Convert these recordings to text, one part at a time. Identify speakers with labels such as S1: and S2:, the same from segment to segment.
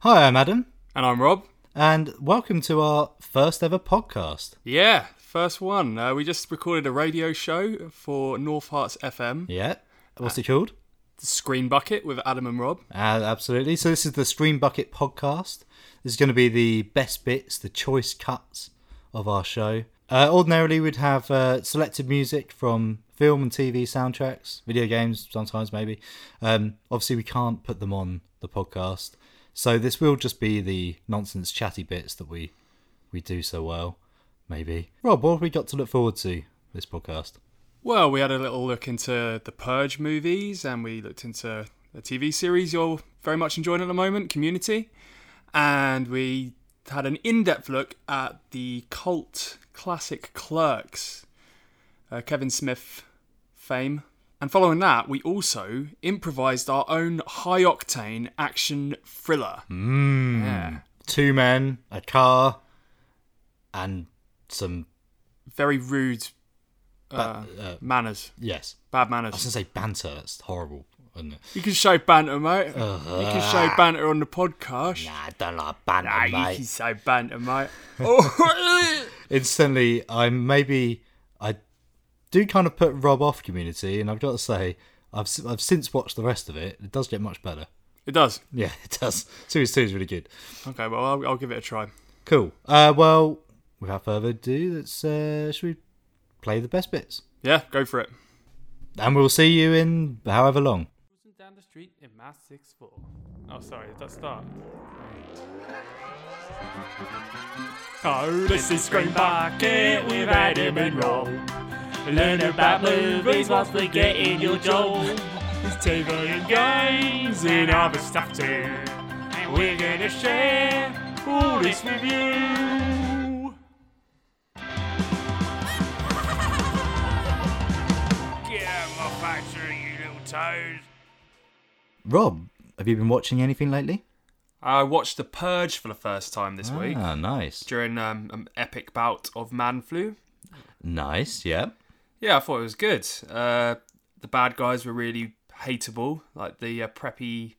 S1: Hi, I'm Adam,
S2: And I'm Rob.
S1: and welcome to our first ever podcast.
S2: Yeah, first one. Uh, we just recorded a radio show for North Hearts FM,
S1: Yeah. What's it called?
S2: Screen Bucket with Adam and Rob.
S1: Uh, absolutely. So, this is the Stream Bucket podcast. This is going to be the best bits, the choice cuts of our show. Uh, ordinarily, we'd have uh, selected music from film and TV soundtracks, video games, sometimes maybe. Um, obviously, we can't put them on the podcast. So, this will just be the nonsense chatty bits that we, we do so well, maybe. Rob, what have we got to look forward to this podcast?
S2: Well, we had a little look into the Purge movies and we looked into a TV series you're very much enjoying at the moment, Community. And we had an in depth look at the cult classic Clerks, uh, Kevin Smith fame. And following that, we also improvised our own high octane action thriller. Yeah.
S1: Mm. two men, a car, and some
S2: very rude uh, manners,
S1: yes.
S2: bad
S1: I was
S2: manners.
S1: gonna say banter. That's horrible. Isn't it?
S2: You can show banter, mate. you can show banter on the podcast.
S1: Uh-huh. Nah, I don't like banter,
S2: Ah, you
S1: mate.
S2: can show banter, mate. oh,
S1: Instantly, I maybe I do kind of put Rob off community, and I've got to say, I've s- I've since watched the rest of it. It does get much better.
S2: it does.
S1: Yeah, it does. Series two is really good.
S2: Okay, well, I'll, I'll give it a try.
S1: Cool. Uh, well, without further ado, let's uh, should we play the best bits,
S2: Yeah, go for it.
S1: and we'll see you in however long.
S3: Cruising down the street in my 6 4. Oh, sorry, did that start?
S4: Oh, this is Green Bucket with Adam and Rob. Learn about movies whilst we get in your job. There's TV and games and other stuff too. And we're gonna share all this with you. Get out of my factory, you little toad.
S1: Rob, have you been watching anything lately?
S2: I watched The Purge for the first time this week
S1: Ah, nice,
S2: during um, an epic bout of man flu.
S1: nice. Yeah.
S2: Yeah, I thought it was good. Uh, the bad guys were really hateable, like the uh, preppy,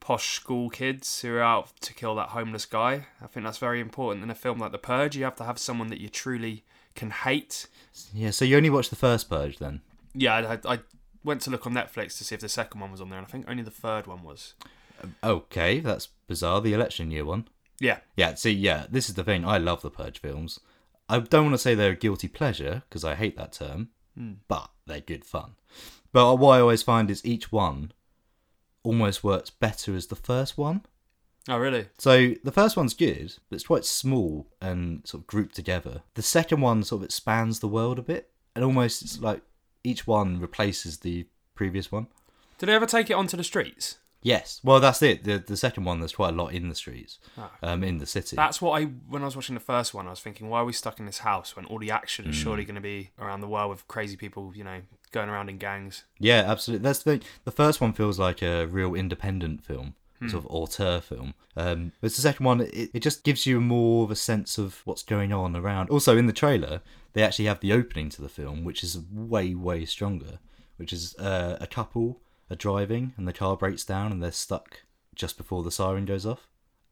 S2: posh school kids who are out to kill that homeless guy. I think that's very important in a film like The Purge. You have to have someone that you truly can hate.
S1: Yeah, so you only watched the first Purge then?
S2: Yeah, I, I went to look on Netflix to see if the second one was on there, and I think only the third one was.
S1: Uh, Okay, that's bizarre. The election year one.
S2: Yeah,
S1: Yeah, see, yeah, this is the thing. I love the Purge films. I don't want to say they're a guilty pleasure, because I hate that term, but they're good fun. But what I always find is each one almost works better as the first one.
S2: Oh, really?
S1: So the first one's good, but it's quite small and sort of grouped together. The second one sort of expands the world a bit, and almost it's like each one replaces the previous one.
S2: Did they ever take it onto the streets?
S1: Yes. Well, that's it. The the second one, there's quite a lot in the streets, um, in the city.
S2: That's what I, when I was watching the first one, I was thinking, why are we stuck in this house when all the action
S1: Hmm.
S2: is surely going to be around the world with crazy people, you know, going around in gangs?
S1: yeah, absolutely. That's the the first one feels like a real independent film,
S2: Hmm.
S1: sort of auteur film. Um, but the second one, it, it just gives you more of a sense of what's going on around. Also, in the trailer, they actually have the opening to the film, which is way way stronger. Which is uh, a couple are driving and the car breaks down and they're stuck just before the siren goes off,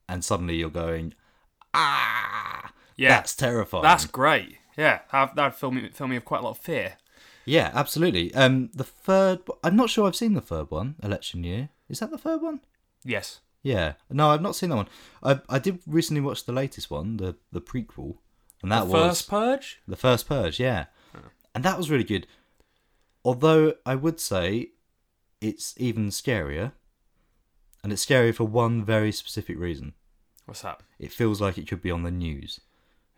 S1: and suddenly you're going, ah,
S2: Yeah.
S1: that's terrifying.
S2: That's great. Yeah, have, that'd fill me, fill me with quite a lot of fear.
S1: Yeah, absolutely. Um, the third, I'm not sure I've seen the third one. Election year is that the third one?
S2: Yes.
S1: Yeah, no, I've not seen that one. I I did recently watch the latest one, the the prequel, and that was
S2: First Purge?
S1: the first purge. Yeah, and that was really good. Although I would say it's even scarier, and it's scarier for one very specific reason.
S2: What's that?
S1: It feels like it could be on the news.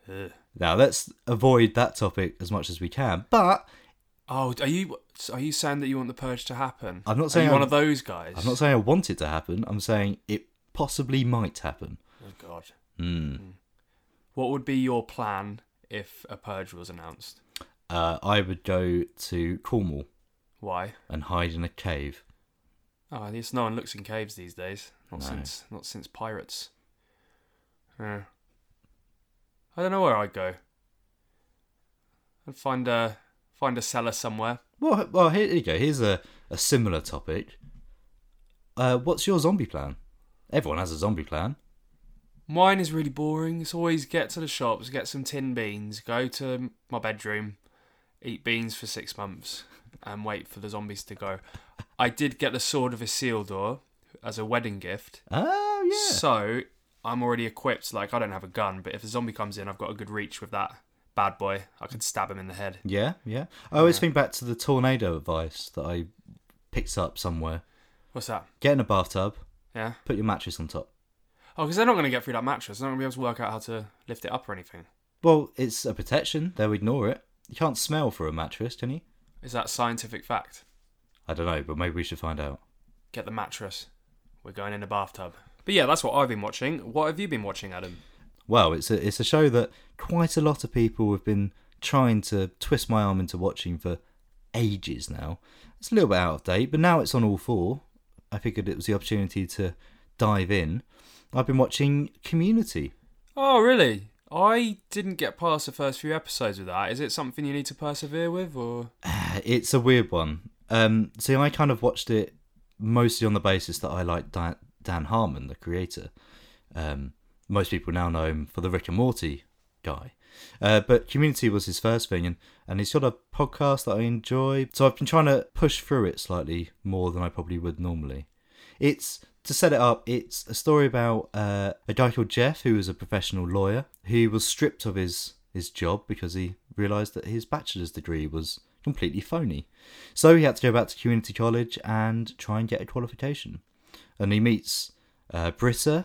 S2: Ugh.
S1: Now let's avoid that topic as much as we can, but
S2: Oh, are you are you saying that you want the Purge to happen?
S1: I'm not
S2: Are
S1: saying
S2: you one
S1: I'm-
S2: of those guys.
S1: I'm not saying I want it to happen. I'm saying it possibly might happen.
S2: Oh, God.
S1: Mm.
S2: What would be your plan if a Purge was announced?
S1: Uh, I would go to Cornwall
S2: Why?
S1: and hide in a cave.
S2: Oh, at least no one looks in caves these days. Not
S1: No.
S2: since not since pirates. Yeah. I don't know where I'd go. I'd find a find a cellar somewhere.
S1: Well, h- well, here you go. Here's a, a similar topic. Uh, what's your zombie plan? Everyone has a zombie plan.
S2: Mine is really boring. It's always get to the shops, get some tin beans, go to my bedroom, eat beans for six months, and wait for the zombies to go. I did get the Sword of Isildur as a wedding gift,
S1: Oh yeah.
S2: so I'm already equipped. Like, I don't have a gun, but if a zombie comes in, I've got a good reach with that bad boy. I could stab him in the head.
S1: Yeah, yeah. I always think back to the tornado advice that I picked up somewhere.
S2: What's that?
S1: Get in a bathtub,
S2: Yeah.
S1: put your mattress on top.
S2: Oh, because they're not going to get through that mattress. They're not going to be able to work out how to lift it up or anything.
S1: Well, it's a protection. They'll ignore it. You can't smell through a mattress, can you?
S2: Is that scientific fact?
S1: I don't know, but maybe we should find out.
S2: Get the mattress. We're going in the bathtub. But yeah, that's what I've been watching. What have you been watching, Adam?
S1: Well, it's a it's a show that quite a lot of people have been trying to twist my arm into watching for ages now. It's a little bit out of date, but now it's on all four. I figured it was the opportunity to dive in. I've been watching Community.
S2: Oh, really? I didn't get past the first few episodes of that. Is it something you need to persevere with, or
S1: It's a weird one. Um, see, I kind of watched it mostly on the basis that I like Dan, Dan Harmon, the creator. Um, most people now know him for the Rick and Morty guy. Uh, but Community was his first thing, and, and he's got a podcast that I enjoy. So I've been trying to push through it slightly more than I probably would normally. It's to set it up. It's a story about uh, a guy called Jeff, who is a professional lawyer. He was stripped of his his job because he realised that his bachelor's degree was completely phony. So he had to go back to community college and try and get a qualification. And he meets uh, Britta.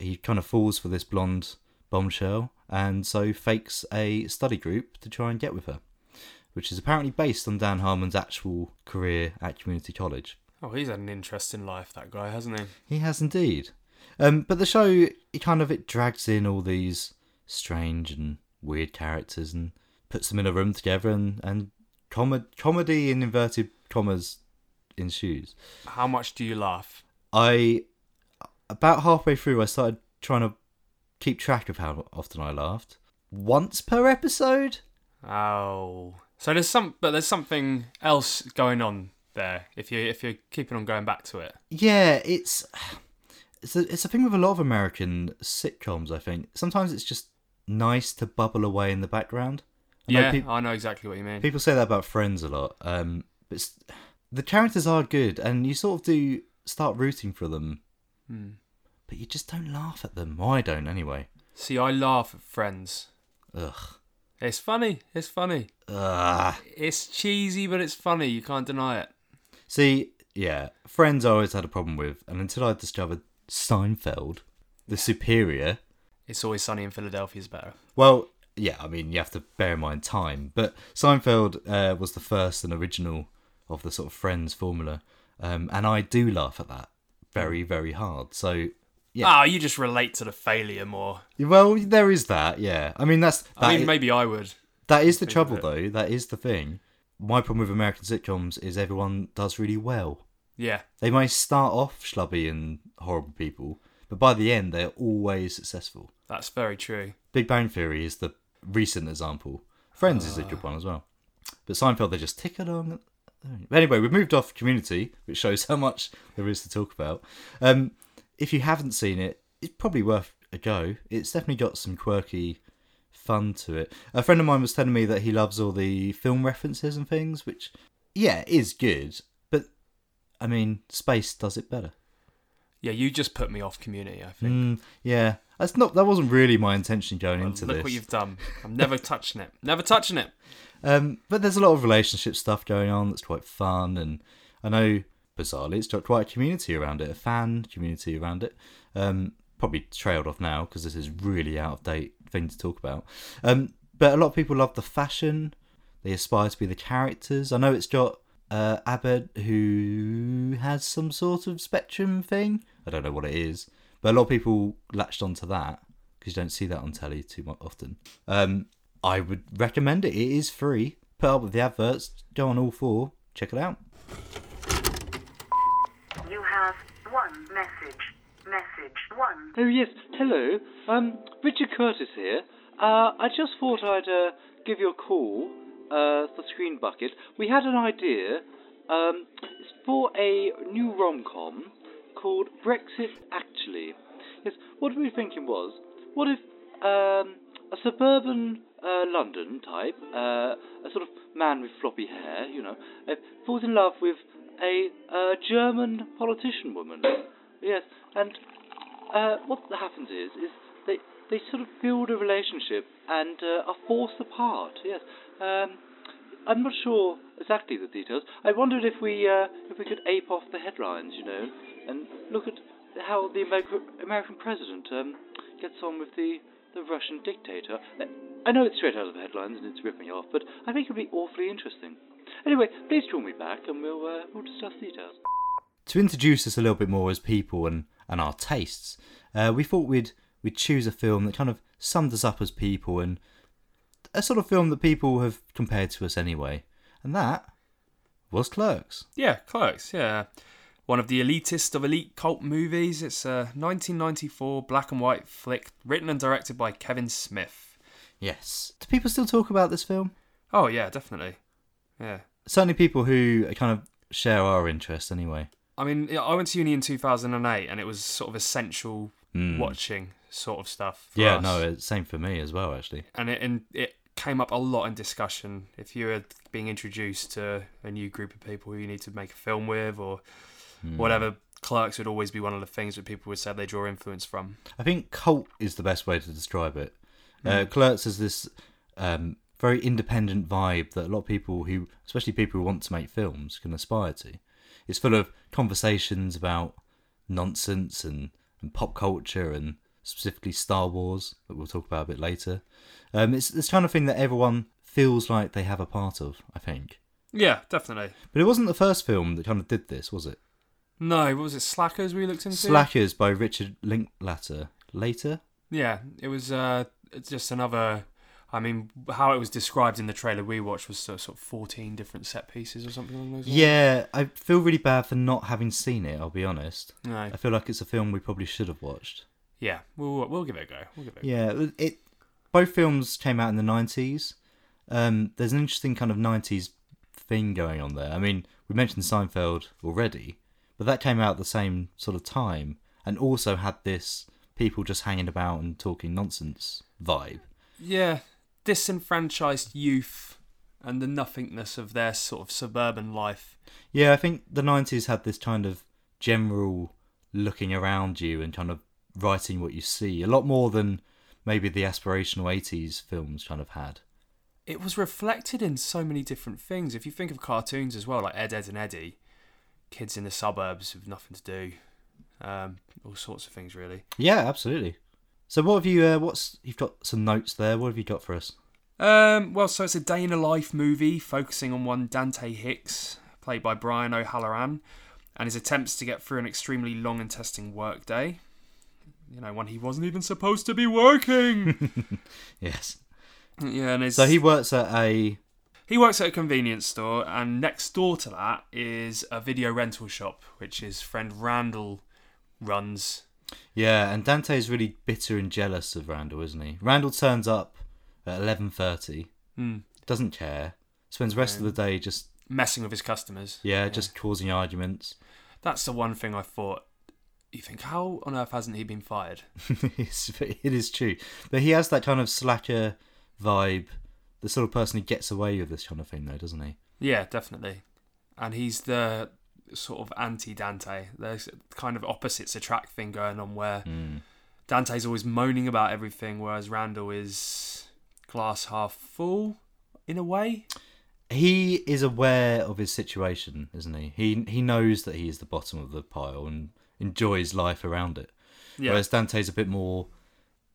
S1: He kind of falls for this blonde bombshell, and so fakes a study group to try and get with her, which is apparently based on Dan Harmon's actual career at community college.
S2: oh, he's had an interesting life, that guy, hasn't he?
S1: He has indeed. Um, but the show it kind of it drags in all these strange and weird characters and puts them in a room together and and com- comedy in inverted commas ensues.
S2: How much do you laugh?
S1: I about halfway through I started trying to keep track of how often I laughed. Once per episode?
S2: Oh, so there's some, but there's something else going on there. If you if you're keeping on going back to it,
S1: Yeah, it's it's a, it's a thing with a lot of American sitcoms. I think sometimes it's just nice to bubble away in the background. I know
S2: yeah,
S1: peop-
S2: I know exactly what you mean.
S1: People say that about Friends a lot, um, but s the characters are good, and you sort of do start rooting for them,
S2: Hmm.
S1: but you just don't laugh at them. Well, I don't, anyway.
S2: See, I laugh at Friends.
S1: Ugh.
S2: It's funny. It's funny.
S1: Ugh.
S2: It's cheesy, but it's funny. You can't deny it.
S1: See, yeah, Friends I always had a problem with, and until I discovered Seinfeld, the superior.
S2: It's always sunny in Philadelphia is better.
S1: Well, yeah, I mean, you have to bear in mind time, but Seinfeld uh, was the first and original of the sort of Friends formula, um, and I do laugh at that very, very hard. So
S2: Ah, you just relate to the failure more.
S1: Well, there is that. Yeah, I mean that's that,
S2: I mean,
S1: i-
S2: maybe I would.
S1: that is the trouble though. That is the thing. My problem with American sitcoms is everyone does really well.
S2: Yeah.
S1: They may start off schlubby and horrible people, but by the end they're always successful.
S2: That's very true.
S1: Big Bang Theory is the recent example. Friends is a
S2: Ah.
S1: good one as well, but Seinfeld they just tick along. But Anyway, we've moved off Community, which shows how much there is to talk about. Um, if you haven't seen it, it's probably worth a go. It's definitely got some quirky fun to it. A friend of mine was telling me that he loves all the film references and things, which, yeah, is good. But, I mean, space does it better.
S2: Yeah, you just put me off community, I think.
S1: Mm, yeah, that's not that wasn't really my intention going into
S2: Hmm. Look
S1: this.
S2: what you've done. I'm never touching it. Never touching it.
S1: Um, but there's a lot of relationship stuff going on that's quite fun, and I know bizarrely it's got quite a community around it, a fan community around it. Um, probably trailed off now because this is really out of date thing to talk about. Um, but a lot of people love the fashion. They aspire to be the characters. I know it's got uh, Abbott who has some sort of spectrum thing. I don't know what it is, but a lot of people latched onto that because you don't see that on telly too mu often. Um, I would recommend it. It is free. Put up with the adverts. Go on all four. Check it out.
S5: You have one message. Message one.
S6: Oh yes, hello. Um, Richard Curtis here. Uh, I just thought I'd uh, give you a call uh, for Screen Bucket. We had an idea. Um, it's for a new rom-com called Brexit Actually. Yes, what we were thinking was, what if um, a suburban uh, London type, uh, a sort of man with floppy hair, you know, uh, falls in love with a uh, German politician woman? Yes, and uh, what happens is, is they they sort of build a relationship and uh, are forced apart. Yes. Um, I'm not sure exactly the details. I wondered if we uh, if we could ape off the headlines, you know, and look at how the American, American president um, gets on with the, the Russian dictator. I know it's straight out of the headlines and it's ripping off, but I think it'd be awfully interesting. Anyway, please call me back and we'll uh, we'll discuss details.
S1: to introduce us a little bit more as people and, and our tastes, uh, we thought we'd we'd choose a film that kind of summed us up as people and a sort of film that people have compared to us anyway, and that was Clerks.
S2: Yeah, Clerks, yeah. One of the elitist of elite cult movies. It's a 1994 black and white flick written and directed by Kevin Smith.
S1: Yes. Do people still talk about this film?
S2: Oh, yeah, definitely. Yeah.
S1: Certainly, people who kind of share our interests anyway.
S2: I mean, yeah, I went to uni in 2008 and it was sort of essential watching sort of stuff. For
S1: Mm. yeah,
S2: us.
S1: no, it's same for me as well, actually.
S2: and it and it came up a lot in discussion. If you were being introduced to a new group of people who you need to make a film with or
S1: Hmm.
S2: whatever, Clerks would always be one of the things that people would say they draw influence from.
S1: I think cult is the best way to describe it. Uh,
S2: Mm.
S1: Clerks has this um, very independent vibe that a lot of people who, especially people who want to make films, can aspire to. It's full of conversations about nonsense and, and pop culture and specifically Star Wars that we'll talk about a bit later. Um, it's this kind of thing that everyone feels like they have a part of, I think.
S2: Yeah, definitely.
S1: But it wasn't the first film that kind of did this, was it?
S2: No, what was it? Slackers we looked into.
S1: Slackers by Richard Linklater. Later?
S2: Yeah, it was uh, it's just another. I mean, how it was described in the trailer we watched was sort sort of fourteen different set pieces or something along those lines.
S1: Yeah, I feel really bad for not having seen it. I'll be honest.
S2: No.
S1: I feel like it's a film we probably should have watched.
S2: Yeah, we'll we'll give it a go. We'll give it. A go.
S1: Yeah, it. Both films came out in the nineties. Um, there's an interesting kind of nineties thing going on there. I mean, we mentioned Seinfeld already, but that came out at the same sort of time, and also had this people just hanging about and talking nonsense vibe.
S2: yeah, disenfranchised youth and the nothingness of their sort of suburban life.
S1: Yeah, I think the nineties had this kind of general looking around you and kind of writing what you see a lot more than maybe the aspirational eighties films kind of had.
S2: It was reflected in so many different things. If you think of cartoons as well, like Ed, Ed, and Eddie, kids in the suburbs with nothing to do, um, all sorts of things really.
S1: Yeah, absolutely. So what have you? Uh, what's you've got some notes there? What have you got for us?
S2: Um, well, so it's a day in a life movie focusing on one Dante Hicks, played by Brian O'Halloran, and his attempts to get through an extremely long and testing workday. You know, one he wasn't even supposed to be working.
S1: Yes.
S2: yeah, and his,
S1: So he works at a
S2: he works at a convenience store, and next door to that is a video rental shop, which his friend Randall runs.
S1: yeah, and Dante's really bitter and jealous of Randall, isn't he? Randall turns up at eleven thirty, doesn't care, spends the rest of the day just
S2: Messing with his customers.
S1: yeah, just causing arguments.
S2: That's the one thing I thought. You think, how on earth hasn't he been fired?
S1: it's, it is true. But he has that kind of slacker vibe, the sort of person who gets away with this kind of thing, though, doesn't he?
S2: Yeah, definitely. And he's the sort of anti Dante. There's kind of opposites attract thing going on where Dante's always moaning about everything, whereas Randall is glass half full in a way.
S1: He is aware of his situation, isn't he? He he knows that he is the bottom of the pile and enjoys life around it.
S2: Yeah.
S1: Whereas Dante's a bit more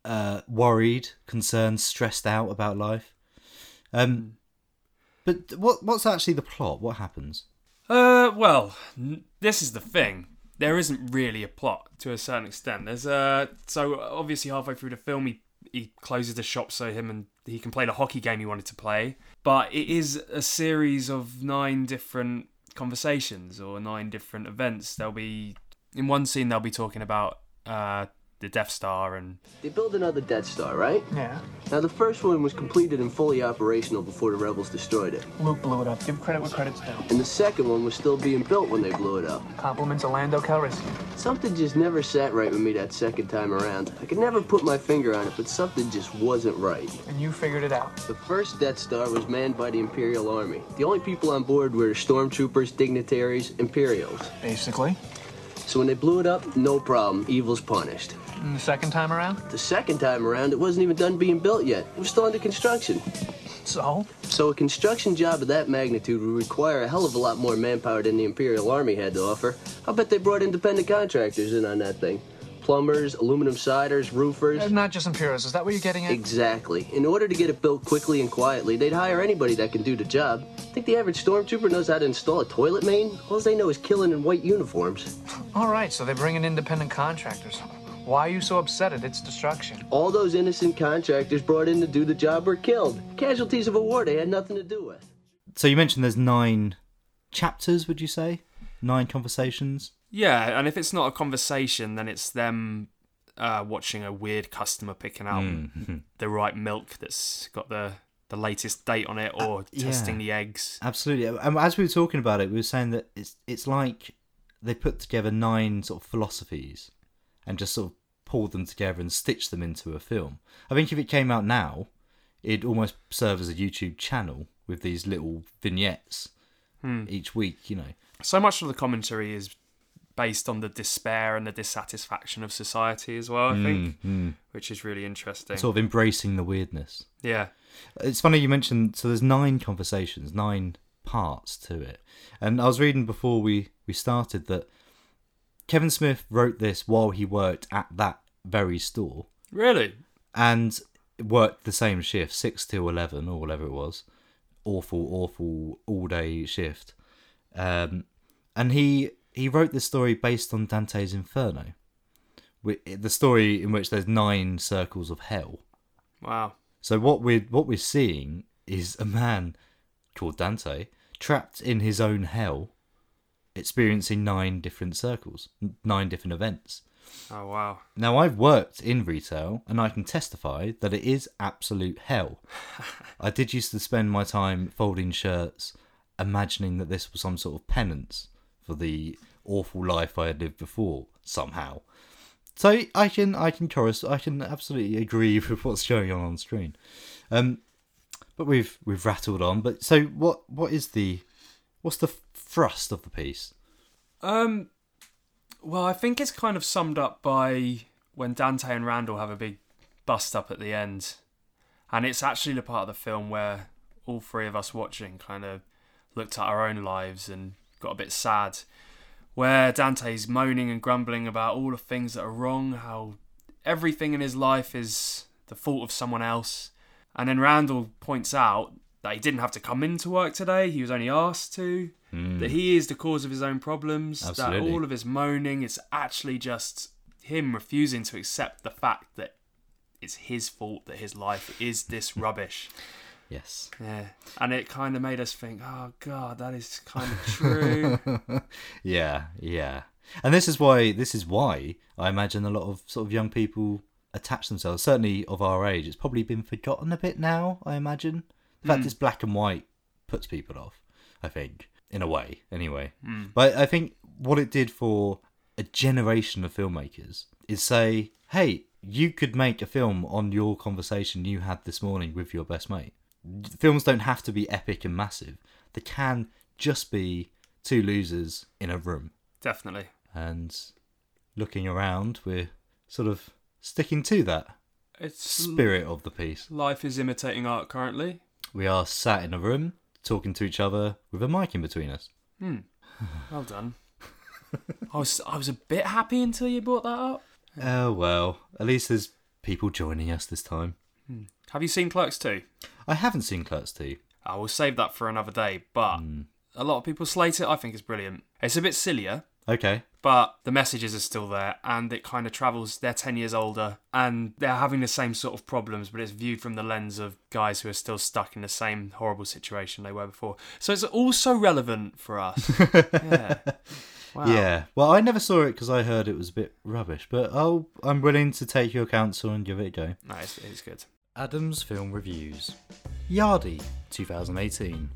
S1: uh, worried, concerned, stressed out about life. Um, but what what's actually the plot? What happens?
S2: Uh, well, n- this is the thing. There isn't really a plot to a certain extent. There's uh, so obviously halfway through the film, he he closes the shop so him and he can play the hockey game he wanted to play. But it is a series of nine different conversations or nine different events. There'll be in one scene they'll be talking about uh the Death Star and
S7: They built another Death Star, right?
S4: Yeah.
S7: Now, the first one was completed and fully operational before the rebels destroyed it.
S4: Luke blew it up. Give credit where credit's due.
S7: And the second one was still being built when they blew it up.
S4: Compliments of Lando Calrissian.
S7: Something just never sat right with me that second time around. I could never put my finger on it, but something just wasn't right.
S4: And you figured it out.
S7: The first Death Star was manned by the Imperial Army. The only people on board were stormtroopers, dignitaries, Imperials.
S4: Basically.
S7: So when they blew it up, no problem. Evil's punished.
S4: And the Mm, second time around?
S7: The second time around, it wasn't even done being built yet. It was still under construction.
S4: So?
S7: So a construction job of that magnitude would require a hell of a lot more manpower than the Imperial Army had to offer. I bet they brought independent contractors in on that thing. Plumbers, aluminum siders, roofers.
S4: Uh, Not just Imperials. Is that what you're getting at?
S7: Exactly. In order to get it built quickly and quietly, they'd hire anybody that can do the job. Think the average stormtrooper knows how to install a toilet main? All they know is killing in white uniforms.
S4: All right, so they bring in independent contractors. Why are you so upset at its destruction?
S7: All those innocent contractors brought in to do the job were killed. Casualties of a war they had nothing to do with.
S1: So you mentioned there's nine chapters, would you say? Nine conversations.
S2: yeah. And if it's not a conversation, then it's them uh, watching a weird customer picking out
S1: Mm-hmm.
S2: the right milk that's got the the latest date on it,
S1: Uh,
S2: or testing the eggs.
S1: Absolutely. And as we were talking about it, we were saying that it's it's like they put together nine sort of philosophies and just sort of pulled them together and stitched them into a film. I think if it came out now, it'd almost serve as a YouTube channel with these little vignettes each week, you know.
S2: So much of the commentary is based on the despair and the dissatisfaction of society as well. I think, which is really interesting.
S1: Mm-hmm. Sort of embracing the weirdness.
S2: yeah.
S1: It's funny you mentioned. So there's nine conversations, nine parts to it, and I was reading before we we started that Kevin Smith wrote this while he worked at that very store
S2: Really?
S1: and worked the same shift, six till eleven or whatever it was, awful, awful all day shift, um, and he he wrote this story based on Dante's Inferno, wi- the story in which there's nine circles of hell.
S2: Wow.
S1: So what we're what we're seeing is a man called Dante trapped in his own hell, experiencing nine different circles, n- nine different events.
S2: Oh wow.
S1: Now I've worked in retail and I can testify that it is absolute hell. I did used to spend my time folding shirts, imagining that this was some sort of penance for the awful life I had lived before somehow. So I can I can chorus I can absolutely agree with what's going on on screen. Um, but we've we've rattled on. But so what what is the what's the thrust of the piece?
S2: Um, well, I think it's kind of summed up by when Dante and Randall have a big bust up at the end, and it's actually the part of the film where all three of us watching kind of looked at our own lives and got a bit sad, where Dante's moaning and grumbling about all the things that are wrong, how everything in his life is the fault of someone else, and then Randall points out that he didn't have to come into work today; he was only asked to that he is the cause of his own problems,
S1: Absolutely.
S2: that all of his moaning is actually just him refusing to accept the fact that it's his fault that his life is this rubbish.
S1: Yes.
S2: Yeah. And it kind of made us think, oh, God, that is kind of true.
S1: yeah, yeah. And this is why this is why I imagine a lot of sort of young people attach themselves, certainly of our age. It's probably been forgotten a bit now, I imagine. The fact it's black and white puts people off, I think, in a way, anyway. But I think what it did for a generation of filmmakers is say, hey, you could make a film on your conversation you had this morning with your best mate films don't have to be epic and massive. They can just be two losers in a room.
S2: Definitely.
S1: And looking around, we're sort of sticking to that
S2: It's
S1: spirit of the piece.
S2: life is imitating art currently.
S1: We are sat in a room talking to each other with a mic in between us.
S2: Hmm. Well done. I was I was a bit happy until you brought that up.
S1: Oh well, at least there's people joining us this time.
S2: Have you seen Clerks 2?
S1: I haven't seen Clerks 2.
S2: I will save that for another day, but
S1: Hmm.
S2: a lot of people slate it. I think it's brilliant. It's a bit sillier,
S1: Okay.
S2: but the messages are still there and it kind of travels they're 10 years older and they're having the same sort of problems but it's viewed from the lens of guys who are still stuck in the same horrible situation they were before so it's also relevant for us yeah Wow.
S1: Yeah. Well, I never saw it because I heard it was a bit rubbish, but I'll, I'm willing to take your counsel and give it a go.
S2: No, it's, it's good.
S1: Adams Film Reviews. Yardi, 2018.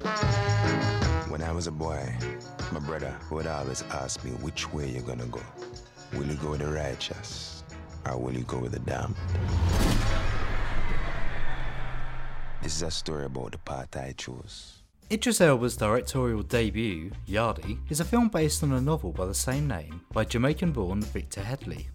S8: When I was a boy, my brother would always ask me which way you're gonna go. Will you go with the righteous or will you go with the damned? This is a story about the path I chose.
S1: Idris Elba's directorial debut, Yardi, is a film based on a novel by the same name by Jamaican born Victor Headley.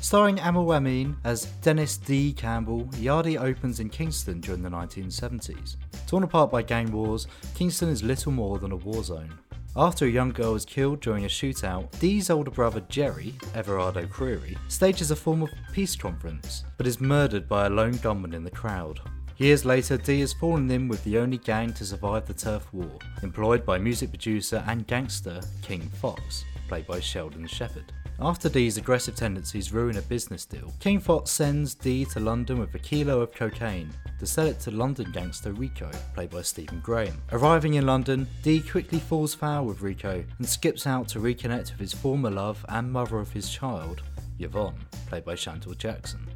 S1: Starring Amal Amin as Dennis D. Campbell, Yardi opens in Kingston during the 1970s. Torn apart by gang wars, Kingston is little more than a war zone. After a young girl is killed during a shootout, Dee's older brother Jerry, Everardo Creary, stages a form of peace conference, but is murdered by a lone gunman in the crowd. Years later, Dee has fallen in with the only gang to survive the turf war, employed by music producer and gangster King Fox, played by Sheldon Shepherd. After Dee's aggressive tendencies ruin a business deal, King Fox sends Dee to London with a kilo of cocaine to sell it to London gangster Rico, played by Stephen Graham. Arriving in London, Dee quickly falls foul with Rico and skips out to reconnect with his former love and mother of his child, Yvonne, played by Chantal Jackson.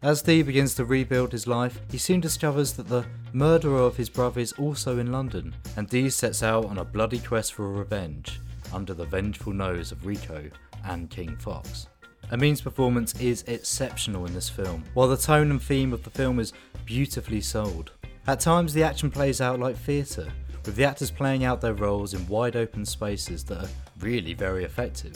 S1: As Dee begins to rebuild his life, he soon discovers that the murderer of his brother is also in London, and Dee sets out on a bloody quest for revenge under the vengeful nose of Rico and King Fox. Amin's performance is exceptional in this film, while the tone and theme of the film is beautifully sold. At times, the action plays out like theatre, with the actors playing out their roles in wide open spaces that are really very effective.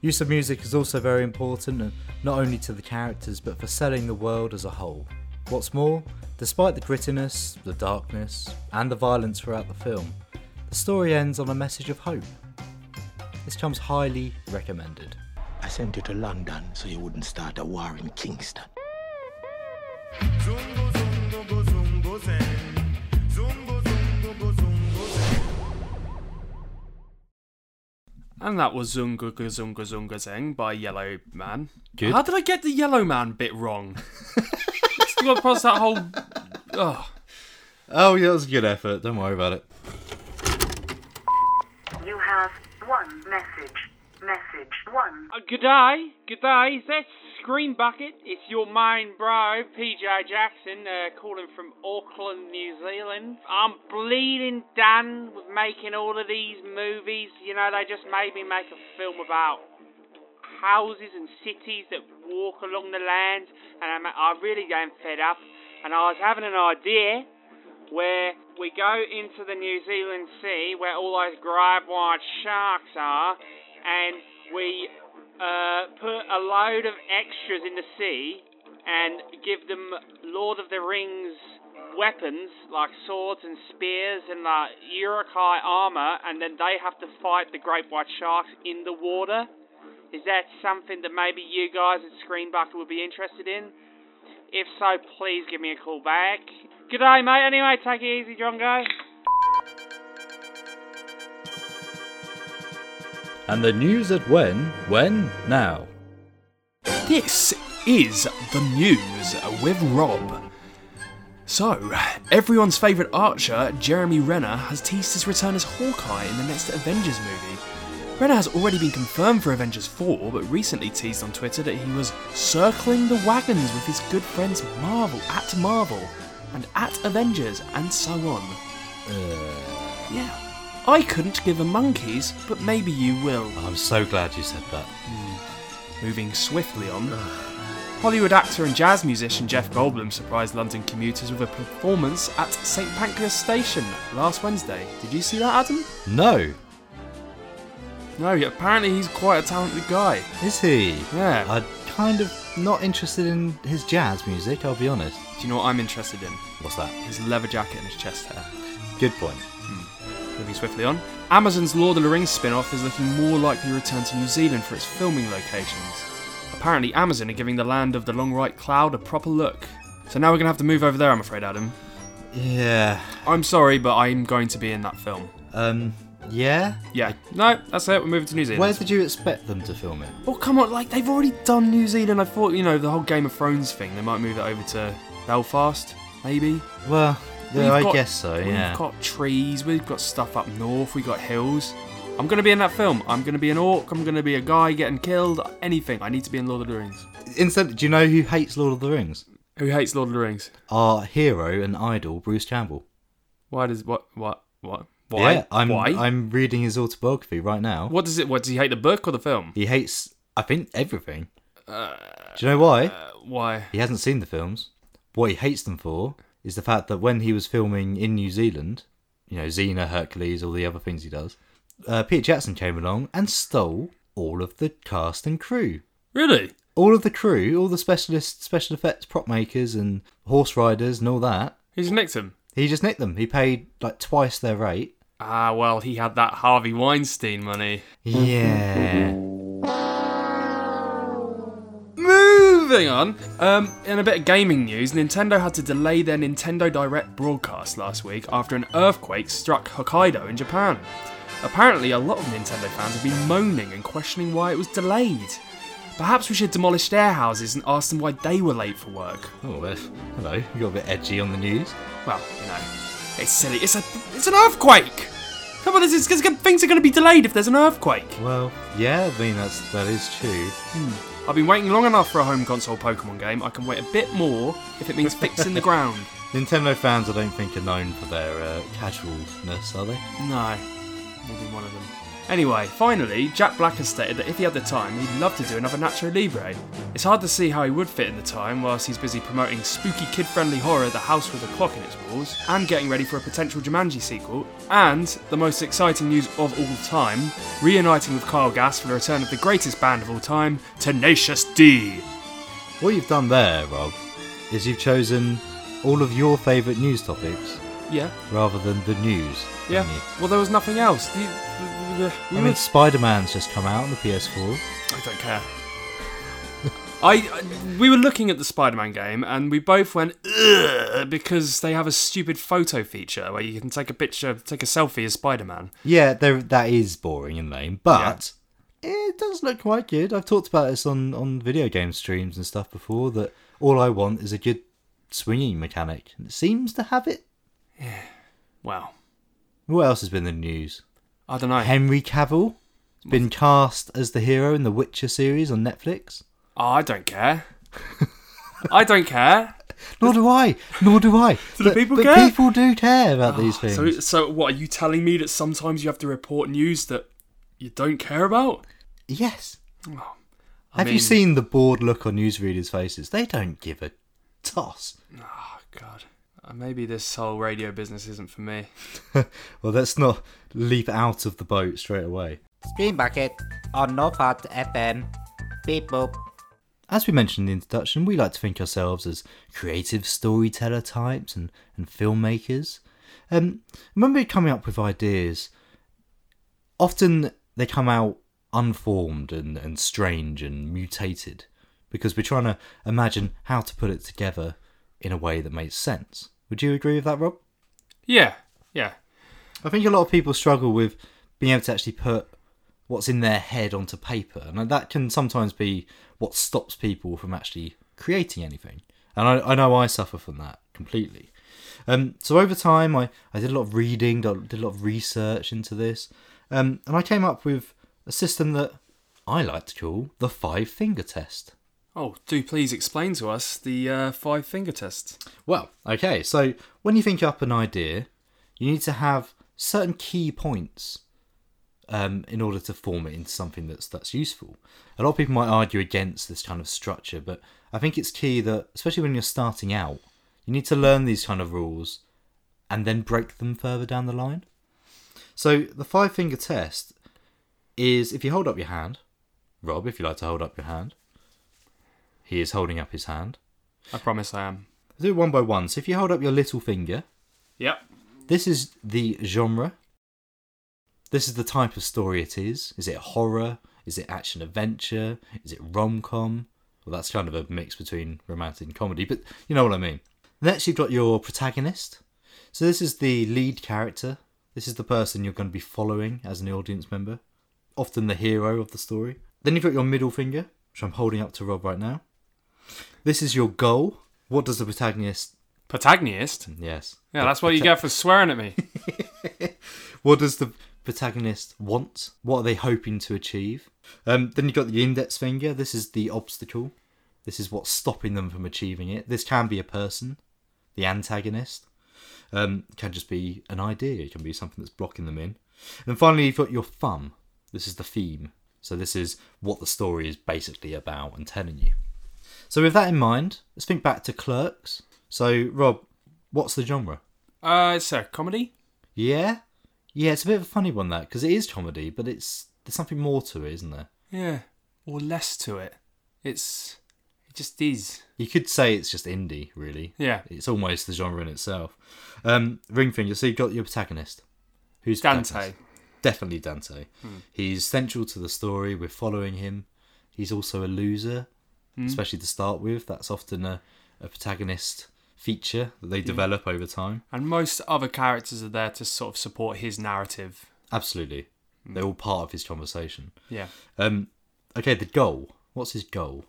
S1: Use of music is also very important, and not only to the characters, but for selling the world as a whole. What's more, despite the grittiness, the darkness, and the violence throughout the film, the story ends on a message of hope. This comes highly recommended.
S9: I sent you to London so you wouldn't start a war in Kingston.
S2: And that was Zunga Gu- Zunga Zunga Zeng by Yellow Man.
S1: Good.
S2: How did I get the Yellow Man bit wrong? Just got past that whole. Oh,
S1: Oh, yeah, that was a good effort. Don't worry about it.
S5: You have one message. Message one.
S10: Uh, good day, good day. Is that Screen Bucket? It's your main bro, PJ Jackson, uh, calling from Auckland, New Zealand. I'm bleeding done with making all of these movies. You know, they just made me make a film about houses and cities that walk along the land, and I'm, I really am fed up. And I was having an idea where we go into the New Zealand Sea, where all those great white sharks are, and we uh, put a load of extras in the sea and give them Lord of the Rings weapons like swords and spears and like Urukai armor, and then they have to fight the great white sharks in the water. Is that something that maybe you guys at Screen Bucket would be interested in? If so, please give me a call back. Good day, mate. Anyway, take it easy, John Guy.
S1: And the news at when? When? Now.
S2: This is the news with Rob. So, everyone's favourite archer, Jeremy Renner, has teased his return as Hawkeye in the next Avengers movie. Renner has already been confirmed for Avengers 4, but recently teased on Twitter that he was circling the wagons with his good friends Marvel at Marvel and at Avengers and so on.
S1: Uh.
S2: Yeah. I couldn't give a monkey's, but maybe you will. Hmm.
S1: I'm so glad you said that.
S2: Moving swiftly on, Hollywood actor and jazz musician Jeff Goldblum surprised London commuters with a performance at St Pancras Station last Wednesday. Did you see that, Adam?
S1: No,
S2: No, yeah, apparently he's quite a talented guy.
S1: is he?
S2: Yeah.
S1: I'm kind of not interested in his jazz music, I'll be honest.
S2: Do you know what I'm interested in?
S1: What's that?
S2: His leather jacket and his chest hair.
S1: Good point.
S2: Moving swiftly on, Amazon's Lord of the Rings spin off is looking more likely to return to New Zealand for its filming locations. Apparently, Amazon are giving the land of the Long Right Cloud a proper look. So now we're going to have to move over there, I'm afraid, Adam.
S1: Yeah.
S2: I'm sorry, but I'm going to be in that film.
S1: Um, yeah?
S2: Yeah, no, that's it, we're moving to New Zealand.
S1: Where did you expect them to film it?
S2: Oh, come on, like, they've already done New Zealand. I thought, you know, the whole Game of Thrones thing, they might move it over to Belfast, maybe.
S1: Well, yeah,
S2: We've
S1: I
S2: got-
S1: guess so, yeah.
S2: We've got trees, we've got stuff up north, we've got hills. I'm gonna be in that film. I'm gonna be an orc. I'm gonna be a guy getting killed. Anything. I need to be in Lord of the Rings.
S1: Instead, do you know who hates Lord of the Rings?
S2: Who hates Lord of the Rings?
S1: Our hero and idol, Bruce Campbell.
S2: Why does what what what why?
S1: Yeah, I'm
S2: why?
S1: I'm reading his autobiography right now.
S2: what does it? What does he hate? The book or the film?
S1: He hates, I think, everything.
S2: Uh,
S1: Do you know why?
S2: why?
S1: He hasn't seen the films. What he hates them for is the fact that when he was filming in New Zealand, you know, Xena, Hercules, all the other things he does, uh, Peter Jackson came along and stole all of the cast and crew.
S2: Really?
S1: All of the crew, all the specialists, special effects, prop makers, and horse riders, and all that.
S2: He's nicked him.
S1: He just nicked them. He paid like twice their rate.
S2: Ah, well, he had that Harvey Weinstein money.
S1: Yeah.
S2: Moving on, um, in a bit of gaming news, Nintendo had to delay their Nintendo Direct broadcast last week after an earthquake struck Hokkaido in Japan. Apparently, a lot of Nintendo fans have been moaning and questioning why it was delayed. Perhaps we should demolish their houses and ask them why they were late for work.
S1: Oh, well, hello. You got a bit edgy on the news.
S2: Well, you know, it's silly. It's a, it's an earthquake. Come on, this is, this is- things are going to be delayed if there's an earthquake.
S1: Well, yeah, I mean that's that is true.
S2: Hmm. I've been waiting long enough for a home console Pokemon game. I can wait a bit more if it means fixing the ground.
S1: Nintendo fans, I don't think, are known for their uh, casualness, are they?
S2: No, maybe one of them. Anyway, finally, Jack Black has stated that if he had the time, he'd love to do another Nacho Libre. It's hard to see how he would fit in the time whilst he's busy promoting spooky kid friendly horror The House with a Clock in its Walls, and getting ready for a potential Jumanji sequel, and the most exciting news of all time reuniting with Kyle Gass for the return of the greatest band of all time, Tenacious D.
S1: What you've done there, Rob, is you've chosen all of your favourite news topics
S2: Yeah,
S1: rather than the news.
S2: yeah.
S1: haven't you?
S2: Well, there was nothing else. The- the- the- we
S1: I
S2: were-
S1: mean, Spider Man's just come out on the PS4.
S2: I don't care. I, I- we were looking at the Spider-Man game and we both went Ugh, because they have a stupid photo feature where you can take a picture, take a selfie as Spider-Man.
S1: Yeah, there that is boring and lame, but it does look quite good. I've talked about this on on video game streams and stuff before. That all I want is a good swinging mechanic, and it seems to have it.
S2: Wow,
S1: What else has been in the news?
S2: I don't know.
S1: Henry Cavill has been cast as the hero in the Witcher series on Netflix.
S2: oh, I don't care. I don't care.
S1: Nor do I. Nor do I.
S2: Do the
S1: But-
S2: people
S1: but
S2: care? Ah,
S1: people do care about these things.
S2: So, so what are you telling me that sometimes you have to report news that you don't care about? Oh,
S1: yes.
S2: I
S1: Have
S2: mean-
S1: you seen the bored look on newsreaders' faces? They don't give a toss.
S2: Oh God, Uh, maybe this whole radio business isn't for me.
S1: Well, let's not leap out of the boat straight away.
S11: Stream Bucket on Northart FM. Beep boop.
S1: As we mentioned in the introduction, we like to think ourselves as creative storyteller types and, and filmmakers. Um, when we're coming up with ideas, often they come out unformed and, and strange and mutated because we're trying to imagine how to put it together in a way that makes sense. Would you agree with that, Rob?
S2: Yeah, yeah.
S1: I think a lot of people struggle with being able to actually put what's in their head onto paper, and that can sometimes be what stops people from actually creating anything. And I, I know I suffer from that completely. Um, so over time, I, I did a lot of reading, did a lot of research into this, um, and I came up with a system that I like to call the five finger test.
S2: Oh, do please explain to us the uh, five finger test.
S1: Well, okay, so when you think up an idea, you need to have certain key points um, in order to form it into something that's that's useful. A lot of people might argue against this kind of structure, but I think it's key that, especially when you're starting out, you need to learn these kind of rules and then break them further down the line. So the five finger test is if you hold up your hand, Rob, if you like to hold up your hand, he is holding up his hand.
S2: I promise I am.
S1: We'll do it one by one. So if you hold up your little finger,
S2: Yep.
S1: this is the genre. This is the type of story it is. Is it horror? Is it action adventure? Is it rom com? Well, that's kind of a mix between romantic and comedy, but you know what I mean. Next, you've got your protagonist. So this is the lead character. This is the person you're going to be following as an audience member, often the hero of the story. Then you've got your middle finger, which I'm holding up to Rob right now. This is your goal. What does the protagonist?
S2: Protagonist?
S1: Yes.
S2: Yeah, that's what you get for swearing at me.
S1: What does the protagonist want? What are they hoping to achieve? Um, then you've got the index finger. This is the obstacle. This is what's stopping them from achieving it. This can be a person, the antagonist. Um, it can just be an idea. It can be something that's blocking them in. And finally, you've got your thumb. This is the theme. So this is what the story is basically about and telling you. So with that in mind, let's think back to Clerks. So Rob, what's the genre?
S2: Uh, it's a comedy.
S1: Yeah, yeah, it's a bit of a funny one that because it is comedy, but it's there's something more to it, isn't there?
S2: Yeah, or less to it. It's it just is.
S1: You could say it's just indie, really.
S2: Yeah.
S1: it's almost the genre in itself. Um, Ring finger. So you've got your protagonist, who's
S2: Dante.
S1: protagonist? Definitely Dante.
S2: Hmm.
S1: He's central to the story. We're following him. He's also a loser,
S2: Hmm.
S1: especially to start with. That's often a, a protagonist feature that they
S2: Yeah.
S1: develop over time.
S2: And most other characters are there to sort of support his narrative.
S1: Absolutely. They're all part of his conversation.
S2: Hmm. Yeah.
S1: Um, okay, the goal. What's his goal?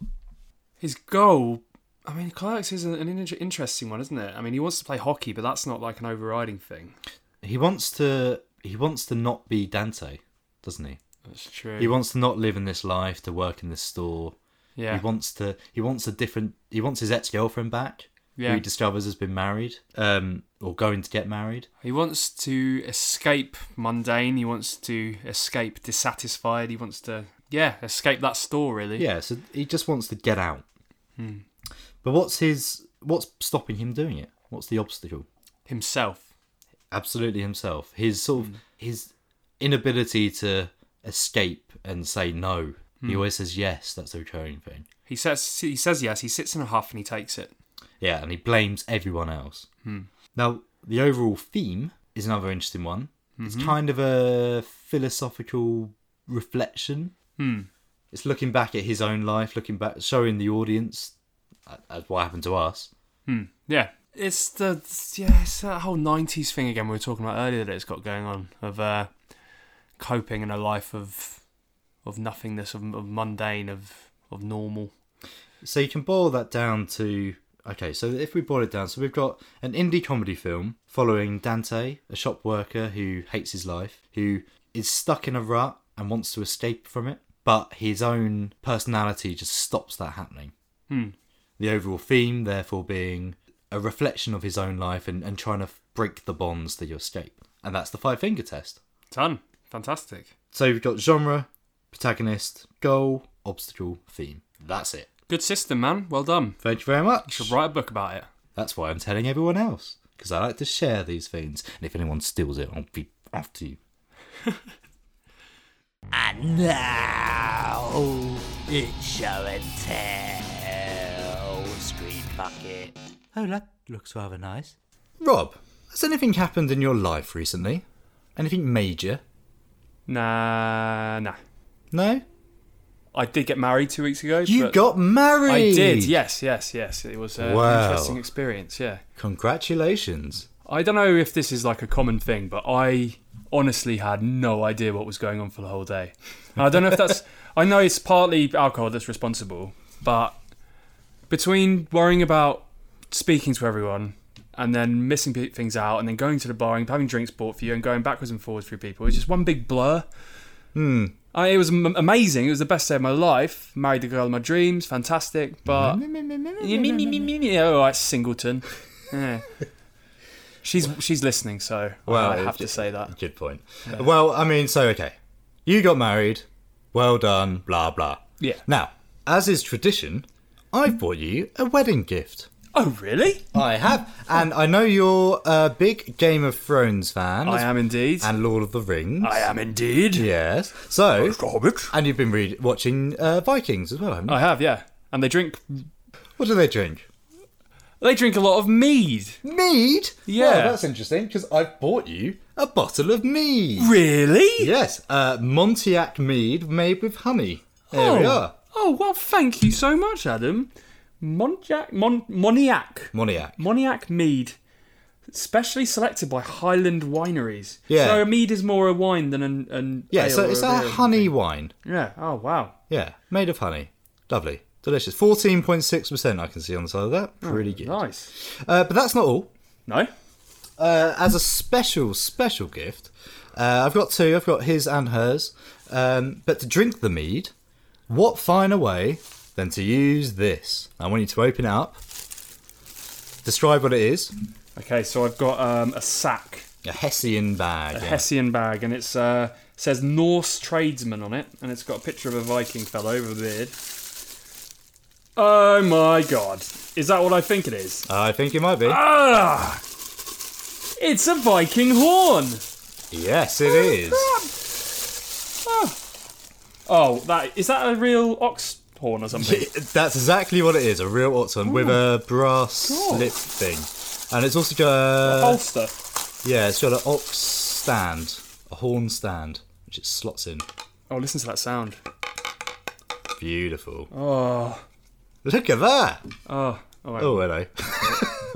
S2: His goal, I mean, Clerks is an in- interesting one, isn't it? I mean, he wants to play hockey, but that's not like an overriding thing.
S1: He wants to. He wants to not be Dante, doesn't he?
S2: That's true.
S1: He wants to not live in this life, to work in this store.
S2: Yeah.
S1: He wants to. He wants a different. He wants his ex-girlfriend back. Who
S2: Yeah.
S1: he discovers has been married, um, or going to get married.
S2: He wants to escape mundane. He wants to escape dissatisfied. He wants to, yeah, escape that store really.
S1: Yeah. So he just wants to get out.
S2: Hmm.
S1: But what's his? What's stopping him doing it? What's the obstacle?
S2: Himself. Hmm.
S1: Absolutely himself. His sort of his inability to escape and say no. He
S2: Mm.
S1: always says yes. That's the recurring thing.
S2: He says he says yes. He sits in a huff and he takes it.
S1: Yeah, and he blames everyone else.
S2: Hmm.
S1: Now, the overall theme is another interesting one. It's
S2: Mhm.
S1: kind of a philosophical reflection.
S2: Hmm.
S1: It's looking back at his own life, looking back, showing the audience uh, uh, what happened to us.
S2: Hmm. Yeah. It's the yeah, it's that whole '90s thing again we were talking about earlier that it's got going on of uh, coping in a life of of nothingness, of, of mundane, of of normal.
S1: So you can boil that down to okay. So if we boil it down, so we've got an indie comedy film following Dante, a shop worker who hates his life, who is stuck in a rut and wants to escape from it, but his own personality just stops that happening.
S2: Hmm.
S1: The overall theme, therefore, being a reflection of his own life and, and trying to break the bonds that you escape, and that's the five finger test.
S2: Done. Fantastic.
S1: So we've got genre, protagonist, goal, obstacle, theme. That's it.
S2: Good system, man. Well done.
S1: Thank you very much.
S2: You should write a book about it.
S1: That's why I'm telling everyone else, because I like to share these things, and if anyone steals it, I'll be after you.
S11: And now it's show and tell. Screen bucket.
S1: Oh, that looks rather nice. Rob, has anything happened in your life recently? Anything major?
S2: Nah, nah.
S1: No?
S2: I did get married two weeks ago.
S1: You
S2: but
S1: got married!
S2: I did. Yes, yes, yes. It was uh,
S1: Wow.
S2: an interesting experience. Yeah.
S1: Congratulations.
S2: I don't know if this is like a common thing, but I honestly had no idea what was going on for the whole day. And I don't know if that's. I know it's partly alcohol that's responsible, but between worrying about speaking to everyone and then missing pe- things out and then going to the bar and having drinks bought for you and going backwards and forwards through people, it's just one big blur.
S1: Hmm.
S2: I, it was m- amazing. It was the best day of my life. Married the girl of my dreams. Fantastic. But yeah, all Oh, right, Singleton. Yeah. She's she's listening, so
S1: Well,
S2: I have
S1: it-
S2: to say that.
S1: Good point. Well, I mean, so okay. You got married. Well done, blah, blah.
S2: Yeah.
S1: Now, as is tradition, I've bought you a wedding gift.
S2: Oh, really?
S1: I have. And I know you're a big Game of Thrones fan.
S2: I am indeed.
S1: And Lord of the Rings.
S2: I am indeed.
S1: Yes. So. And you've been read- watching uh, Vikings as well, haven't you?
S2: I have, yeah. And they drink.
S1: What do they drink?
S2: They drink a lot of mead.
S1: Mead?
S2: Yeah.
S1: Well, that's interesting because I've bought you a bottle of mead.
S2: Really?
S1: Yes. Uh, Montiac mead made with honey. There we
S2: Oh.
S1: are.
S2: Oh well, thank you so much, Adam. Monjac, Mon, Moniac,
S1: Moniac.
S2: Moniac mead, specially selected by Highland wineries.
S1: Yeah.
S2: So a mead is more a wine than an. an
S1: Yeah,
S2: ale
S1: so
S2: or
S1: it's
S2: a,
S1: a
S2: beer.
S1: honey wine.
S2: Yeah. Oh wow.
S1: Yeah, made of honey. Lovely. Delicious. 14.6% I can see on the side of that. Pretty good.
S2: Oh, Nice.
S1: Uh, but that's not all.
S2: No.
S1: Uh, as a special, special gift, Uh, I've got two. I've got his and hers. Um, but to drink the mead, what finer way than to use this? I want you to open it up. Describe what it is.
S2: Okay, so I've got um, a sack.
S1: A Hessian bag.
S2: A
S1: yeah.
S2: Hessian bag, and it's uh, says Norse tradesman on it, and it's got a picture of a Viking fellow with a beard. Oh my god! Is that what I think it is?
S1: I think it might be.
S2: Ah! It's a Viking horn.
S1: Yes, it is.
S2: Oh, that is that a real ox horn or something? Oh
S1: That's exactly what it is. A real Otson with a brass
S2: God.
S1: lip thing, and it's also got a
S2: holster.
S1: Yeah, it's got an ox stand, a horn stand, which it slots in.
S2: Oh, listen to that sound.
S1: Beautiful.
S2: Oh,
S1: Look at that.
S2: oh, oh. wait.
S1: Oh, hello.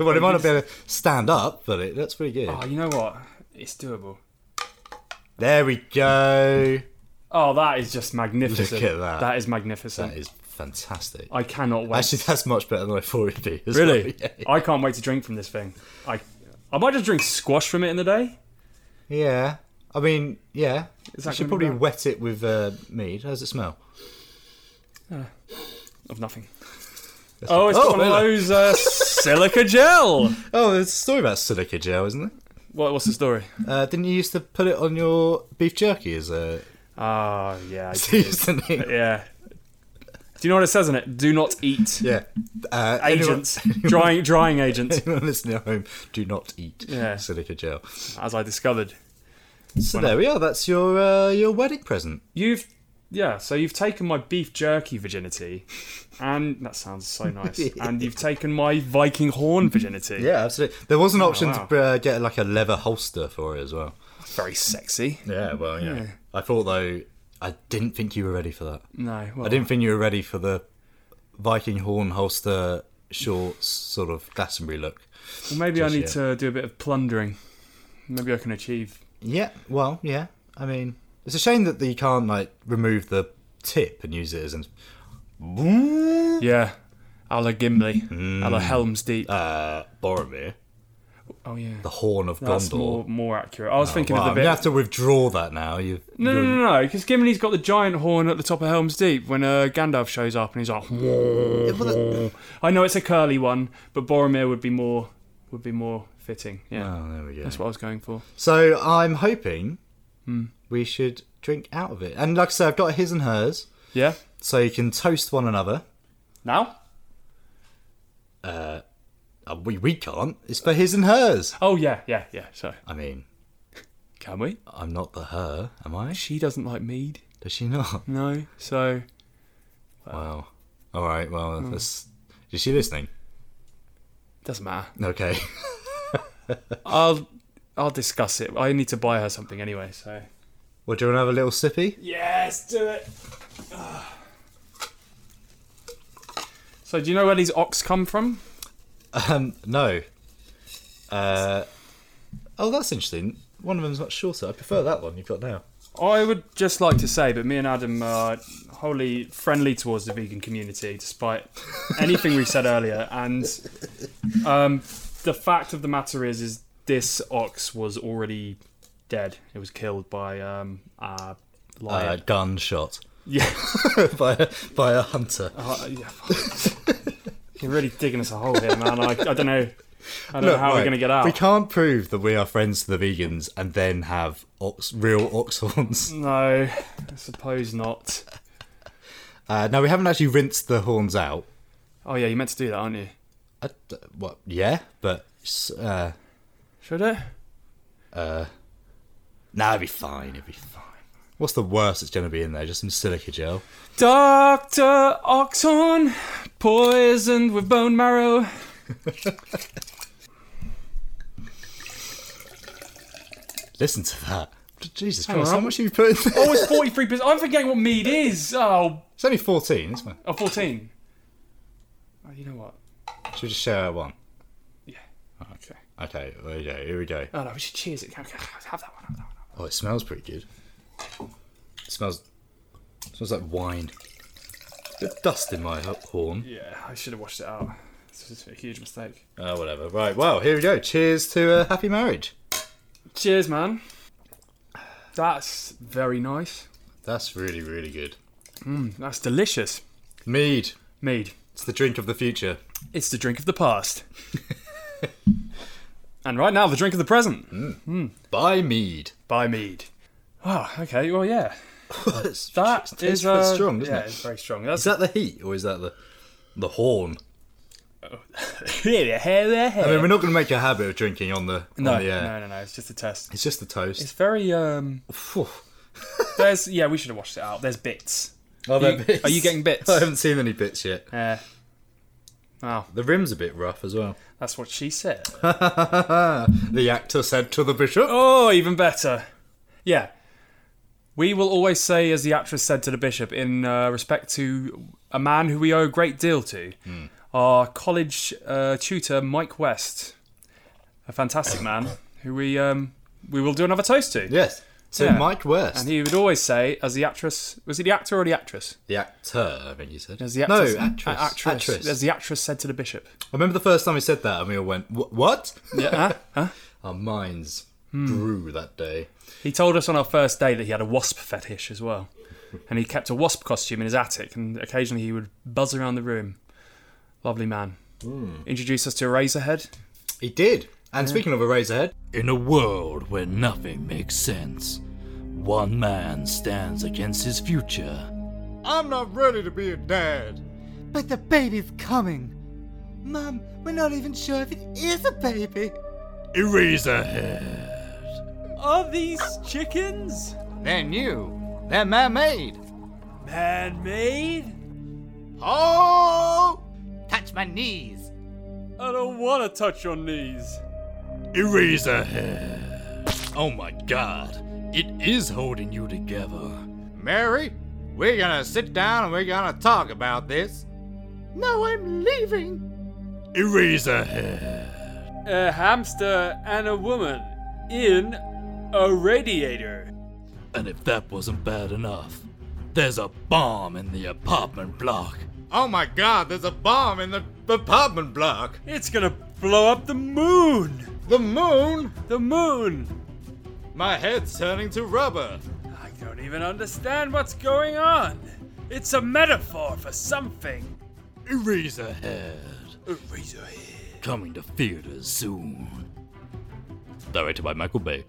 S1: well, it might not be able to stand up, but it looks pretty good.
S2: Oh, you know what? It's doable.
S1: There we go.
S2: Oh, that is just magnificent.
S1: Look at that.
S2: That is magnificent.
S1: That is fantastic.
S2: I cannot wait.
S1: Actually, that's much better than I thought it'd be. as
S2: really,
S1: well. Yeah.
S2: I can't wait to drink from this thing. I, I might just drink squash from it in the day.
S1: Yeah. I mean, yeah.
S2: Is
S1: I
S2: that
S1: should
S2: gonna be
S1: probably
S2: bad?
S1: wet it with uh, mead. How does it smell?
S2: Uh, Of nothing. Oh, it's got one of
S1: hello.
S2: those uh, silica gel.
S1: Oh, there's a story about silica gel, isn't there?
S2: What, what's the story?
S1: Uh, didn't you used to put it on your beef jerky as a
S2: Oh, yeah. I did.
S1: seasoning?
S2: yeah. Do you know what it says in it? Do not eat.
S1: Yeah. Uh,
S2: Agents.
S1: Anyone,
S2: Drying, drying agents,
S1: anyone listening at home, do not eat
S2: Yeah.
S1: silica gel.
S2: as I discovered.
S1: So
S2: Why
S1: there we are. That's your uh, your wedding present.
S2: You've yeah, so you've taken my beef jerky virginity, and that sounds so nice. and you've taken my Viking horn virginity. Oh,
S1: Yeah, absolutely. There was an option
S2: wow.
S1: to uh, get like a leather holster for it as well.
S2: Very sexy.
S1: Yeah, well, yeah. I thought though, I didn't think you were ready for that.
S2: No, well,
S1: I didn't think you were ready for the Viking horn holster shorts sort of Glastonbury look.
S2: well, maybe I
S1: just
S2: need
S1: yet.
S2: to do a bit of plundering. Maybe I can achieve.
S1: Yeah, well, yeah. I mean, it's a shame that you can't like remove the tip and use it as an.
S2: Yeah, a la Gimli, a la
S1: Mm.
S2: Helm's Deep.
S1: Uh, Boromir,
S2: oh yeah,
S1: the horn of
S2: that's
S1: Gondor. Oh,
S2: more more accurate. I was thinking
S1: Wow,
S2: of
S1: I'm
S2: the
S1: gonna
S2: bit.
S1: have to withdraw that now. You,
S2: No, no, no, no, because Gimli's got the giant horn at the top of Helm's Deep when uh, Gandalf shows up and he's like, I know it's a curly one, but Boromir would be more would be more fitting. Yeah,
S1: Oh, there we go.
S2: that's what I was going for.
S1: So I'm hoping we should drink out of it. And like I said, I've got his and hers,
S2: Yeah.
S1: so you can toast one another.
S2: Now?
S1: Uh, we we can't. It's for his and hers.
S2: Oh yeah, yeah, yeah. So
S1: I mean,
S2: can we?
S1: I'm not the her, am I?
S2: She doesn't like mead.
S1: Does she not?
S2: No. So uh, Hmm.
S1: Wow. All right. Well, that's, is she listening?
S2: doesn't matter.
S1: Okay.
S2: I'll I'll discuss it. I need to buy her something anyway. So
S1: Well, do you want to have a little sippy?
S2: yes, do it. So do you know where these ox come from?
S1: Um, no. Uh, oh, that's interesting. One of them's much shorter. I prefer that one you've got now.
S2: I would just like to say that me and Adam are wholly friendly towards the vegan community, despite anything we've said earlier. And um, the fact of the matter is, is this ox was already dead. It was killed by um, a
S1: Uh,
S2: lion.
S1: gunshot
S2: yeah,
S1: by a, by a hunter.
S2: Uh, yeah. you're really digging us a hole here, man. I, I don't know. I don't know
S1: Look,
S2: how we're
S1: right,
S2: going to get out.
S1: We can't prove that we are friends to the vegans and then have ox, real ox horns.
S2: No, I suppose not.
S1: Uh, now we haven't actually rinsed the horns out.
S2: Oh yeah, you meant to do that, aren't you?
S1: I d what? Yeah, but s- uh,
S2: Should it?
S1: nah, it'd be fine. It'd be fine. What's the worst that's going to be in there? Just some silica gel.
S2: Dr. Oxhorn, poisoned with bone marrow.
S1: Listen to that. Jesus
S2: Hang
S1: Christ,
S2: on.
S1: how much have you put in there?
S2: Oh, it's 43%. I'm forgetting what mead is. Oh,
S1: It's only 14, isn't it?
S2: oh 14. Oh, you know what?
S1: Should we just share out one?
S2: Yeah. Okay.
S1: Okay, there we go. Here we go.
S2: Oh, no, we should cheers it. Okay, Have that one, have that one.
S1: Oh, it smells pretty good. It smells it smells like wine. Bit of dust in my ho- horn.
S2: Yeah, I should have washed it out. This is a huge mistake.
S1: Uh, whatever. Right. Well, here we go. Cheers to a happy marriage.
S2: Cheers, man. That's very nice.
S1: That's really, really good.
S2: Mm, that's delicious.
S1: Mead.
S2: Mead.
S1: It's the drink of the future.
S2: It's the drink of the past. and right now, the drink of the present. Mm.
S1: By mead.
S2: By mead. Oh, okay. Well, yeah.
S1: That's
S2: That
S1: it's
S2: is
S1: quite
S2: uh,
S1: strong, isn't
S2: yeah,
S1: it?
S2: it's very strong. That's
S1: Is that the heat or is that the the horn? I mean, we're not going to make a habit of drinking on the
S2: no,
S1: on the air.
S2: no, no, no. It's just a test.
S1: It's just the toast.
S2: It's very um. there's yeah. We should have watched it out. There's bits.
S1: Are there
S2: you,
S1: bits?
S2: Are you getting bits?
S1: I haven't seen any bits yet.
S2: Yeah. Oh,
S1: The rim's a bit rough as well.
S2: that's what she said.
S1: the actor said to the bishop.
S2: Oh, even better. Yeah. We will always say, as the actress said to the bishop, in uh, respect to a man who we owe a great deal to,
S1: Hmm.
S2: our college uh, tutor, Mike West, a fantastic man who we um, we will do another toast to.
S1: Yes. So
S2: Yeah.
S1: Mike West,
S2: And he would always say, as the actress, was he the actor or the actress?
S1: the actor, I think you said.
S2: As the actress,
S1: no, actress.
S2: a- actress, As the actress said to the bishop.
S1: I remember the first time he said that, and we all went, "Wh- "What?"
S2: Yeah, huh? Huh?
S1: Our minds grew that day.
S2: He told us on our first day that he had a wasp fetish as well. And he kept a wasp costume in his attic, and occasionally he would buzz around the room. Lovely man. Introduced us to Razorhead.
S1: Hmm. He did. And speaking of a Razorhead,
S12: In a world where nothing makes sense, one man stands against his future.
S13: I'm not ready to be a dad. But the baby's coming. Mom, we're not even sure if it is a baby.
S12: Eraserhead.
S4: Are these chickens?
S13: They're new. They're man-made.
S4: Man-made?
S13: Oh! Touch my knees.
S4: I don't want to touch your knees.
S12: Eraserhead. Oh my god, it is holding you together.
S13: Mary, we're gonna sit down and we're gonna talk about this. No, I'm leaving.
S12: Eraserhead.
S4: A hamster and a woman in a radiator.
S12: And if that wasn't bad enough, there's a bomb in the apartment block.
S13: Oh my god, there's a bomb in the apartment block.
S4: It's gonna blow up the moon.
S13: The moon?
S4: The moon.
S13: My head's turning to rubber.
S4: I don't even understand what's going on. It's a metaphor for something.
S12: Eraserhead. Coming to theaters soon. Directed by Michael Bay.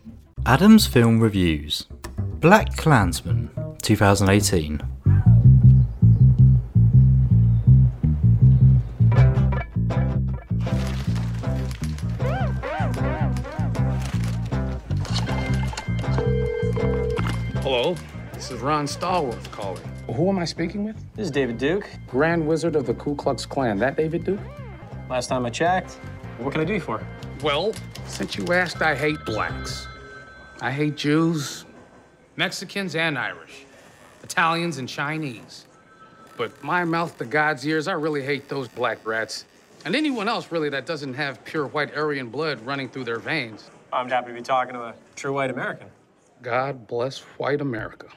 S1: Adam's film reviews: Black Klansman, 2018.
S14: Hello, this is Ron Stallworth calling. Who am I speaking with?
S15: This is David Duke.
S14: Grand Wizard of the Ku Klux Klan. That David Duke?
S15: Last time I checked. What can I do you for?
S14: Well, since you asked, I hate blacks. I hate Jews, Mexicans and Irish, Italians and Chinese. But my mouth to God's ears, I really hate those black brats. And anyone else, really, that doesn't have pure white Aryan blood running through their veins.
S15: I'm happy to be talking to a true white American.
S14: God bless white America.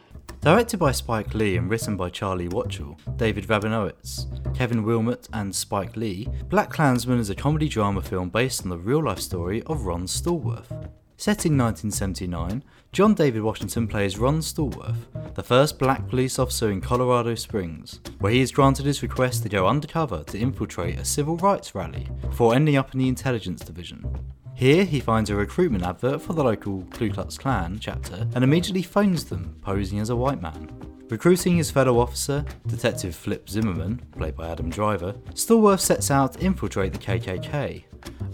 S1: Directed by Spike Lee and written by Charlie Watchell, David Rabinowitz, Kevin Wilmot, and Spike Lee, Black Klansman is a comedy drama film based on the real life story of Ron Stallworth. Set in 1979, John David Washington plays Ron Stallworth, the first black police officer in Colorado Springs, where he is granted his request to go undercover to infiltrate a civil rights rally before ending up in the intelligence division. Here, he finds a recruitment advert for the local Ku Klux Klan chapter and immediately phones them, posing as a white man. Recruiting his fellow officer, Detective Flip Zimmerman, played by Adam Driver, Stallworth sets out to infiltrate the KKK,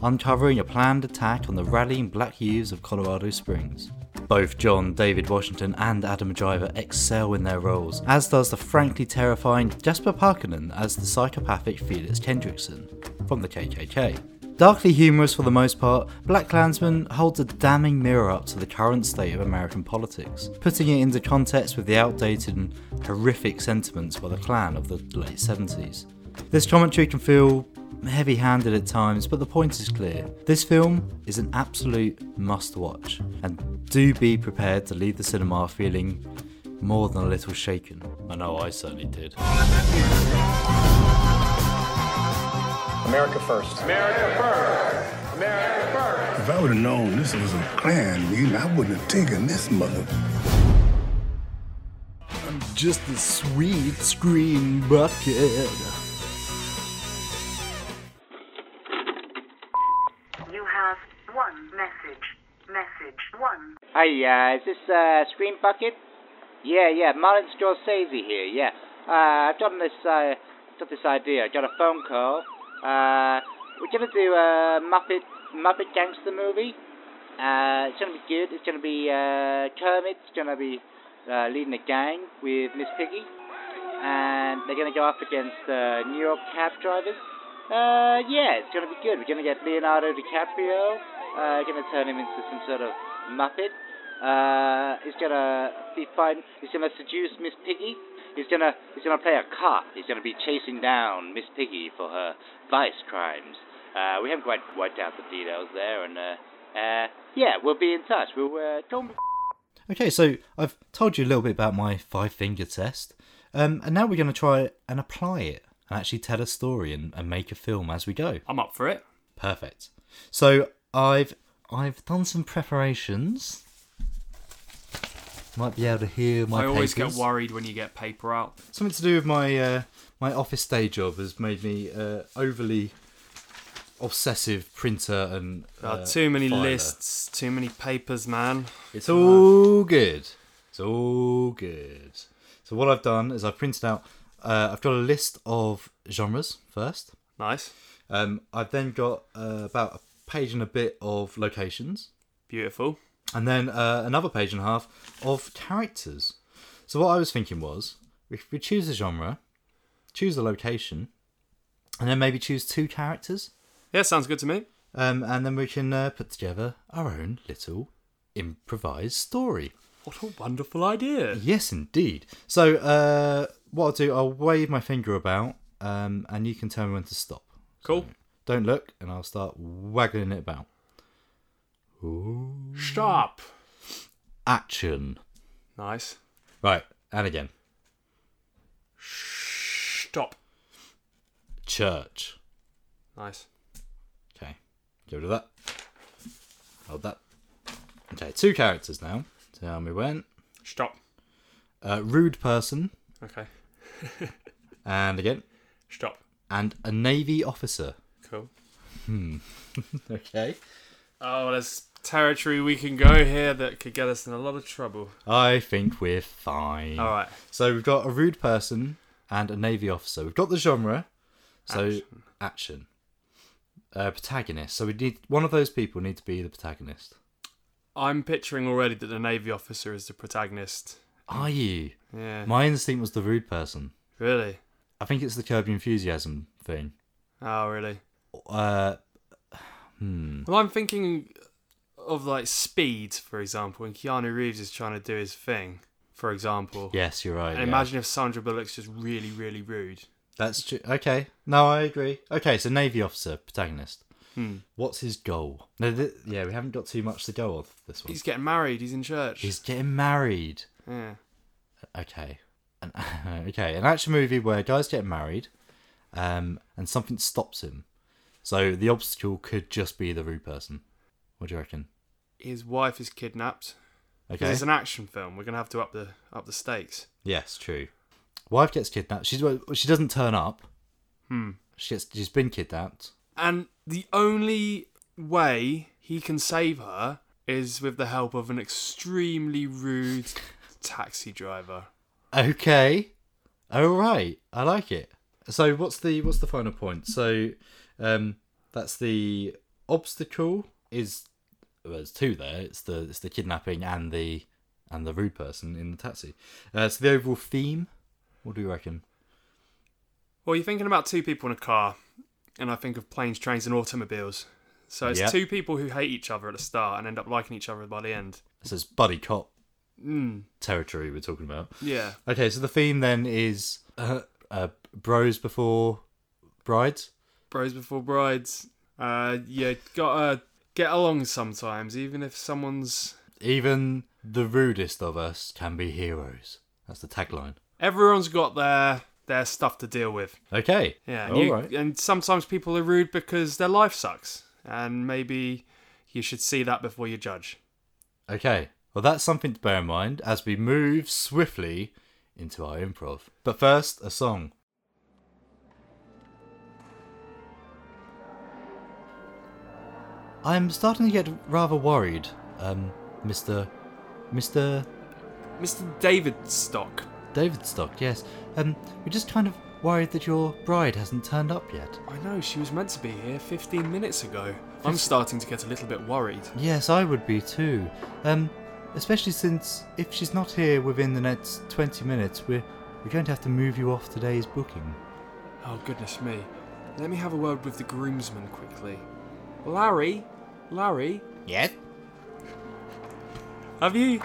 S1: uncovering a planned attack on the rallying black youths of Colorado Springs. Both John, David Washington, and Adam Driver excel in their roles, as does the frankly terrifying Jasper Parkinen as the psychopathic Felix Kendrickson from the KKK. Darkly humorous for the most part, Black Klansman holds a damning mirror up to the current state of American politics, putting it into context with the outdated and horrific sentiments by the Klan of the late 70s. This commentary can feel heavy handed at times, but the point is clear. This film is an absolute must watch, and do be prepared to leave the cinema feeling more than a little shaken. I know I certainly did.
S15: America first. America first.
S5: America first.
S16: If I would have known this was a clan meeting, I wouldn't have taken this mother.
S17: I'm just a sweet screen bucket.
S5: You have one message. Message one.
S11: Hi, uh, is this uh, Scream Bucket? Yeah, yeah, Martin Scorsese here. Yeah, uh, I've done this. Uh, got this idea. I got a phone call. Uh, we're gonna do a Muppet Muppet Gangster movie. Uh, it's gonna be good. It's gonna be uh, Kermit's gonna be uh, leading a gang with Miss Piggy, and they're gonna go up against uh, New York cab drivers. Uh, yeah, it's gonna be good. We're gonna get Leonardo DiCaprio. Uh, gonna turn him into some sort of Muppet. Uh, he's gonna be fine. He's gonna seduce Miss Piggy. He's gonna he's gonna play a cop. He's gonna be chasing down Miss Piggy for her vice crimes. Uh, we haven't quite worked out the details there, and uh, uh, yeah, we'll be in touch. We'll uh, don't be
S1: Okay, so I've told you a little bit about my five finger test, um, and now we're going to try and apply it and actually tell a story and, and make a film as we go.
S2: I'm up for it.
S1: Perfect. So I've I've done some preparations. Might be able to hear my.
S2: I always
S1: papers.
S2: get worried when you get paper out.
S1: Something to do with my uh, my office day job has made me uh, overly obsessive printer and
S2: There are
S1: uh,
S2: too many
S1: filer.
S2: lists, too many papers, man.
S1: It's all good. It's all good. So what I've done is I've printed out. Uh, I've got a list of genres first.
S2: Nice.
S1: Um, I've then got uh, about a page and a bit of locations,
S2: beautiful,
S1: and then uh, another page and a half of characters. So what I was thinking was, if we choose a genre, choose a location, and then maybe choose two characters.
S2: Yeah, sounds good to me.
S1: Um, and then we can uh, put together our own little improvised story.
S2: What a wonderful idea.
S1: Yes, indeed. So, uh, what I'll do, I'll wave my finger about, um, and you can tell me when to stop.
S2: Cool.
S1: Don't look, and I'll start waggling it about. Ooh.
S2: Stop.
S1: Action.
S2: Nice.
S1: Right, and again.
S2: Stop.
S1: Church.
S2: Nice.
S1: Okay, get rid of that. Hold that. Okay, two characters now. Tell me when.
S2: Stop.
S1: Uh, rude person,
S2: Okay.
S1: and again.
S2: Stop.
S1: And a navy officer.
S2: Cool.
S1: Hmm. okay.
S2: Oh, there's territory we can go here that could get us in a lot of trouble.
S1: I think we're fine.
S2: All right.
S1: So we've got a rude person and a navy officer. We've got the genre. So action. Uh, protagonist. So we need one of those people need to be the protagonist.
S2: I'm picturing already that the navy officer is the protagonist.
S1: Are you?
S2: Yeah.
S1: My instinct was the rude person.
S2: Really?
S1: I think it's the Curb Your Enthusiasm thing.
S2: Oh, really?
S1: Uh, hmm.
S2: Well, I'm thinking of like Speed, for example, when Keanu Reeves is trying to do his thing, for example.
S1: Yes, you're right.
S2: And
S1: yeah.
S2: imagine if Sandra Bullock's just really, really rude.
S1: That's true. Okay. No, I agree. Okay, so navy officer protagonist.
S2: Hmm.
S1: What's his goal? No, th- yeah, we haven't got too much to go off this one.
S2: He's getting married. He's in church.
S1: He's getting married.
S2: Yeah.
S1: Okay. An, okay, an action movie where a guy's getting married um, and something stops him. So the obstacle could just be the rude person. What do you reckon?
S2: His wife is kidnapped. 'Cause
S1: Okay.
S2: It's an action film. We're gonna have to up the up the stakes.
S1: Yes, true. Wife gets kidnapped. She's well, she doesn't turn up.
S2: Hmm.
S1: She gets, she's been kidnapped.
S2: And the only way he can save her is with the help of an extremely rude taxi driver.
S1: Okay. All right. I like it. So what's the what's the final point? So um that's the obstacle is well, there's two there. It's the it's the kidnapping and the and the rude person in the taxi. Uh, so the overall theme, what do you reckon?
S2: Well, you're thinking about two people in a car, and I think of planes, trains, and automobiles. So it's
S1: Yeah.
S2: two people who hate each other at the start and end up liking each other by the end.
S1: This is buddy cop
S2: Mm.
S1: territory we're talking about.
S2: Yeah.
S1: Okay, so the theme then is uh, uh bros before brides.
S2: Bros before brides. Uh, you gotta get along sometimes, even if someone's.
S1: Even the rudest of us can be heroes. That's the tagline.
S2: Everyone's got their their stuff to deal with.
S1: Okay.
S2: Yeah. And,
S1: All
S2: you-
S1: right.
S2: and sometimes people are rude because their life sucks. and maybe you should see that before you judge.
S1: Okay, well, that's something to bear in mind as we move swiftly into our improv. But first, a song. I'm starting to get rather worried, um, Mr. Mr.
S2: Mr. David Stock.
S1: David Stock, yes. Um, we're just kind of worried that your bride hasn't turned up yet.
S2: I know she was meant to be here 15 minutes ago. I'm starting to get a little bit worried.
S1: Yes, I would be too. Um, especially since if she's not here within the next 20 minutes, we're, we're going to have to move you off today's booking.
S2: Oh, goodness me. Let me have a word with the groomsman quickly. Larry? Larry?
S1: Yes?
S2: Have you.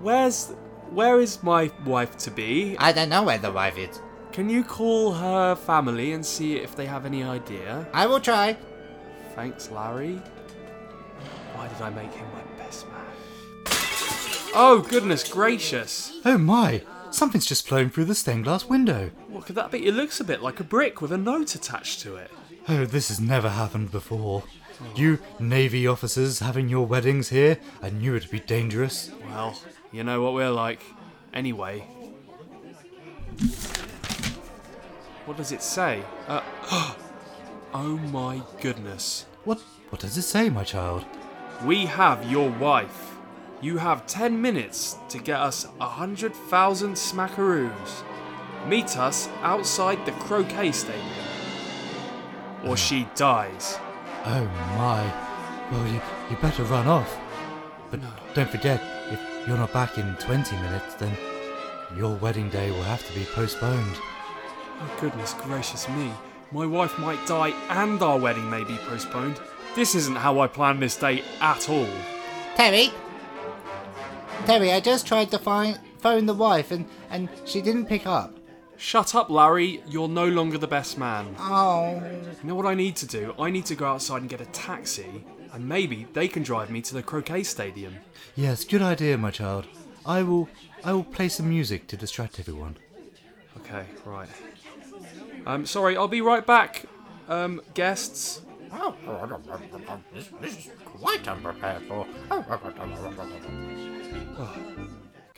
S2: Where's. Where is my wife to be?
S18: I don't know where the wife is.
S2: Can you call her family and see if they have any idea?
S18: I will try.
S2: Thanks, Larry. Why did I make him my best man? Oh, goodness gracious.
S1: Oh my! Something's just flown through the stained glass window.
S2: What could that be? It looks a bit like a brick with a note attached to it.
S1: Oh, this has never happened before. You Navy officers having your weddings here, I knew it'd be dangerous.
S2: Well, you know what we're like. Anyway. What does it say? Uh, oh my goodness.
S1: What, what does it say, my child?
S2: We have your wife. You have 10 minutes to get us a 100,000 smackaroos. Meet us outside the croquet stadium. Or she dies.
S1: Oh my. Well, you, you better run off. But don't forget, if you're not back in 20 minutes, then your wedding day will have to be postponed.
S2: Oh, goodness gracious me. My wife might die and our wedding may be postponed. This isn't how I planned this day at all.
S18: Terry? Terry, I just tried to find, phone the wife and, and she didn't pick up.
S2: Shut up, Larry. You're no longer the best man.
S18: Oh.
S2: You know what I need to do? I need to go outside and get a taxi, and maybe they can drive me to the croquet stadium.
S1: Yes, good idea, my child. I will I will play some music to distract everyone.
S2: Okay, right. Um, sorry, I'll be right back. Um, guests.
S19: Oh, this, this is quite unprepared for.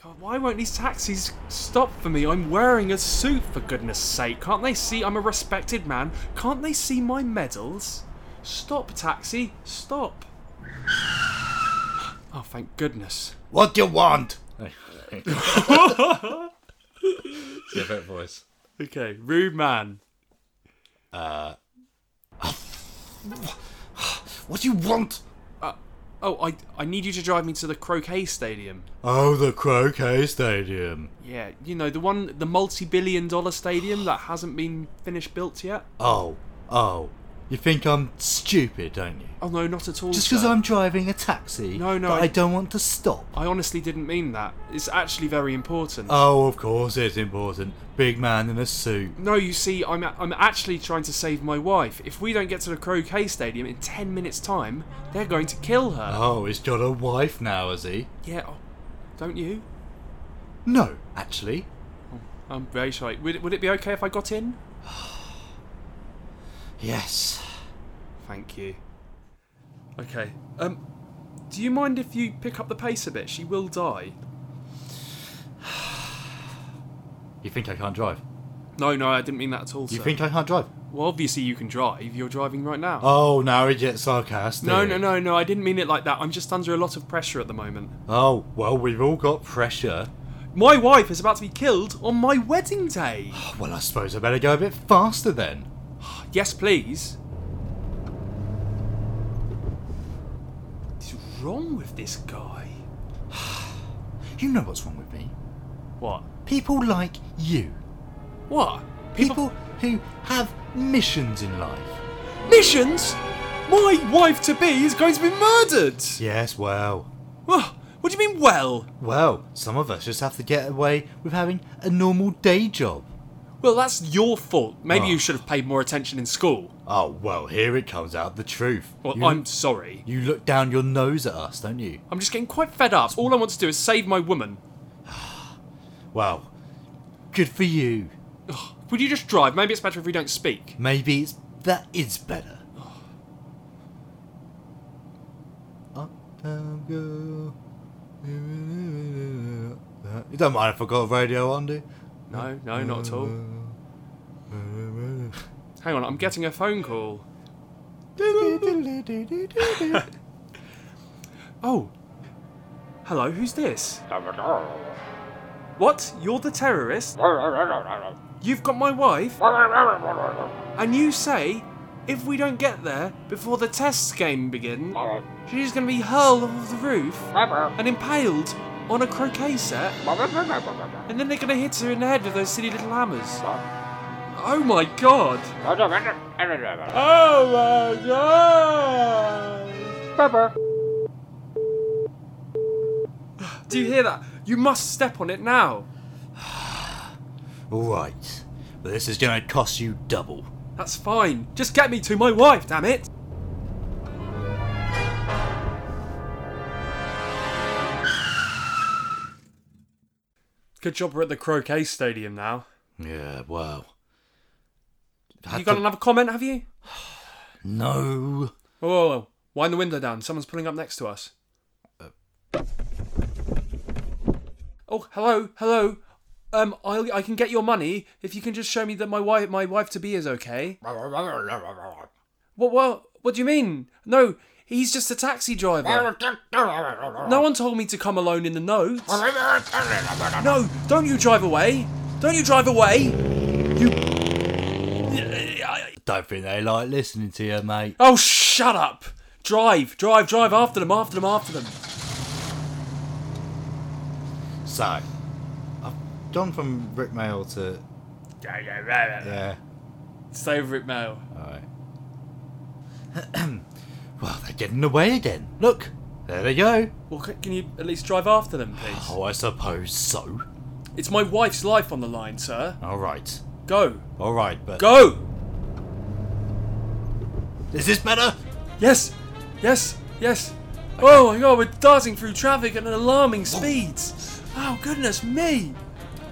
S2: God, why won't these taxis stop for me? I'm wearing a suit, for goodness sake. Can't they see I'm a respected man? Can't they see my medals? Stop, taxi. Stop. Oh, thank goodness.
S18: What do you want?
S1: Different voice.
S2: Okay, rude man.
S1: Uh.
S18: What do you want?
S2: Uh, oh, I I need you to drive me to the croquet stadium.
S1: Oh, the croquet stadium.
S2: Yeah, you know the one, the multi-billion-dollar stadium that hasn't been finished built yet.
S1: Oh, oh. You think I'm stupid, don't you?
S2: Oh no, not at all.
S1: Just because
S2: sir.
S1: I'm driving a taxi
S2: No, no,
S1: that
S2: I-
S1: I don't want to stop.
S2: I honestly didn't mean that. It's actually very important.
S1: Oh, of course it's important. Big man in a suit.
S2: No, you see, I'm I'm actually trying to save my wife. If we don't get to the croquet stadium in ten minutes' time, they're going to kill her.
S1: Oh, he's got a wife now, has he?
S2: Yeah, oh, don't you?
S1: No, actually.
S2: I'm very sorry. Would it, would it be okay if I got in?
S1: Yes.
S2: Thank you. Okay. Um, do you mind if you pick up the pace a bit? She will die.
S1: You think I can't drive?
S2: No, no, I didn't mean that at all.
S1: You
S2: sir.
S1: think I can't drive?
S2: Well, obviously you can drive. You're driving right now.
S1: Oh, now he gets sarcastic.
S2: no, no, no, no. I didn't mean it like that. I'm just under a lot of pressure at the moment.
S1: Oh, well, we've all got pressure.
S2: My wife is about to be killed on my wedding day.
S1: Oh, Well, I suppose I better go a bit faster then.
S2: Yes, please. What's wrong with this guy?
S1: You know what's wrong with me.
S2: What?
S1: People like you.
S2: What?
S1: People, who have missions in life.
S2: Missions? My wife to be is going to be murdered.
S1: Yes, well.
S2: What? What do you mean, well?
S1: Well, some of us just have to get away with having a normal day job.
S2: Well, that's your fault. Maybe
S1: Oh.
S2: you should have paid more attention in school.
S1: Oh, well, here it comes out the truth.
S2: Well,
S1: You-
S2: I'm sorry.
S1: You look down your nose at us, don't you?
S2: I'm just getting quite fed up. All I want to do is save my woman.
S1: Well, good for you.
S2: Would you just drive? Maybe it's better if we don't speak.
S1: Maybe it's, that is better. Up down go. Uh, You don't mind if I got a radio on, do? you? Uh,
S2: No, no, not at all. Hang on, I'm getting a phone call. Oh, hello, who's this? What? You're the terrorist? You've got my wife? And you say if we don't get there before the test game begins, she's going to be hurled off the roof and impaled on a croquet set, and then they're going to hit her in the head with those silly little hammers. Oh my god!
S4: Oh my god!
S2: Do you hear that? You must step on it now.
S1: Alright, but this is gonna cost you double.
S2: That's fine. Just get me to my wife, damn it. Good job we're at the croquet stadium now.
S12: Yeah, wow.
S2: you got another comment, have you?
S12: No.
S2: Whoa, whoa, whoa. Wind the window down. Someone's pulling up next to us. Oh, hello, hello. Um, I I can get your money if you can just show me that my wife my wife to be is okay. What what what do you mean? No, he's just a taxi driver. No one told me to come alone in the notes. No, don't you drive away. Don't you drive away.
S1: Don't think they like listening to you, mate.
S2: Oh, shut up! Drive, drive, drive after them, after them, after them.
S1: So, I've gone from Rick Mail to. Yeah.
S2: Stay with Rick Mail.
S1: Alright. well, they're getting away again. Look, there they go.
S2: Well, c- can you at least drive after them, please?
S1: Oh, I suppose so.
S2: It's my wife's life on the line, sir.
S1: Alright.
S2: Go.
S1: Alright, but.
S2: Go!
S1: Is this better?
S2: Yes, yes, yes. Oh my god, we're darting through traffic at an alarming speeds. Oh goodness me!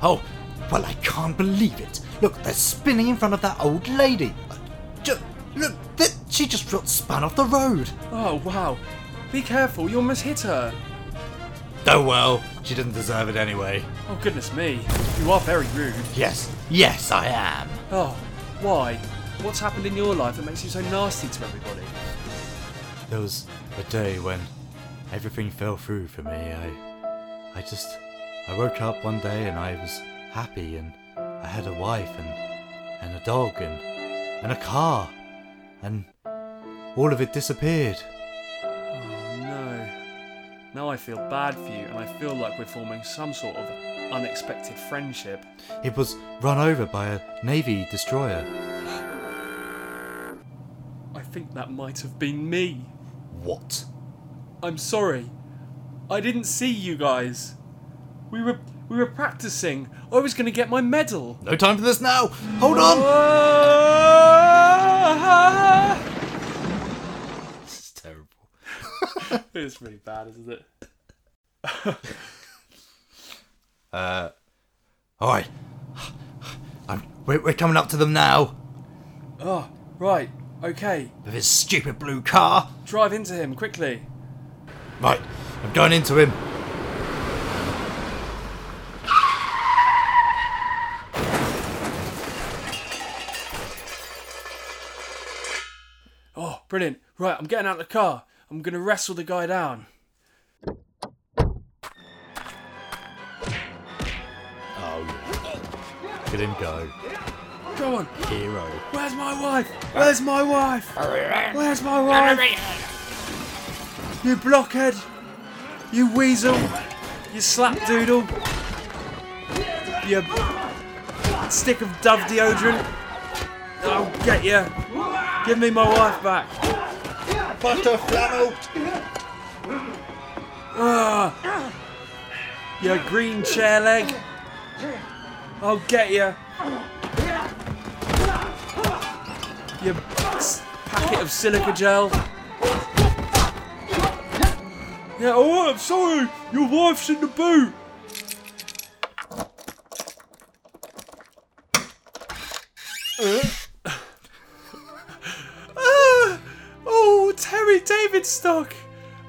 S1: Oh, well, I can't believe it. Look, they're spinning in front of that old lady. Uh, ju- look, th- she just got spun off the road.
S2: Oh wow. Be careful, you almost hit her.
S1: Oh well, she doesn't deserve it anyway.
S2: Oh goodness me. You are very rude.
S1: Yes, yes, I am.
S2: Oh, why? What's happened in your life that makes you so nasty to everybody?
S1: There was a day when everything fell through for me. I, I just, I woke up one day and I was happy and I had a wife and and a dog and and a car, and all of it disappeared.
S2: Oh no. Now I feel bad for you and I feel like we're forming some sort of unexpected friendship.
S1: It was run over by a navy destroyer.
S2: I think that might have been me.
S1: What?
S2: I'm sorry. I didn't see you guys. We were we were practicing. I was going to get my medal.
S1: No time for this now. Hold on.
S2: Ah!
S1: It's terrible.
S2: it's really bad, isn't it?
S1: Uh, all right. I'm, we're, we're coming up to them now.
S2: Oh, right. Okay.
S1: With his stupid blue car.
S2: Drive into him quickly.
S1: Right, I'm going into him.
S2: Oh, brilliant. Right, I'm getting out of the car. I'm going to wrestle the guy down.
S1: Oh, look at him go.
S2: Go on.
S1: Hero.
S2: Where's my wife? Where's my wife? Where's my wife? You blockhead. You weasel. You slap doodle. You stick of dove deodorant. I'll get you. Give me my wife back.
S1: Butter flannel.
S2: Ah. You green chair leg. I'll get you. You s- packet of silica gel. Yeah, oh, I'm sorry. Your wife's in the boot. Uh.
S4: uh,
S2: Ah, oh, Terry Davidstock.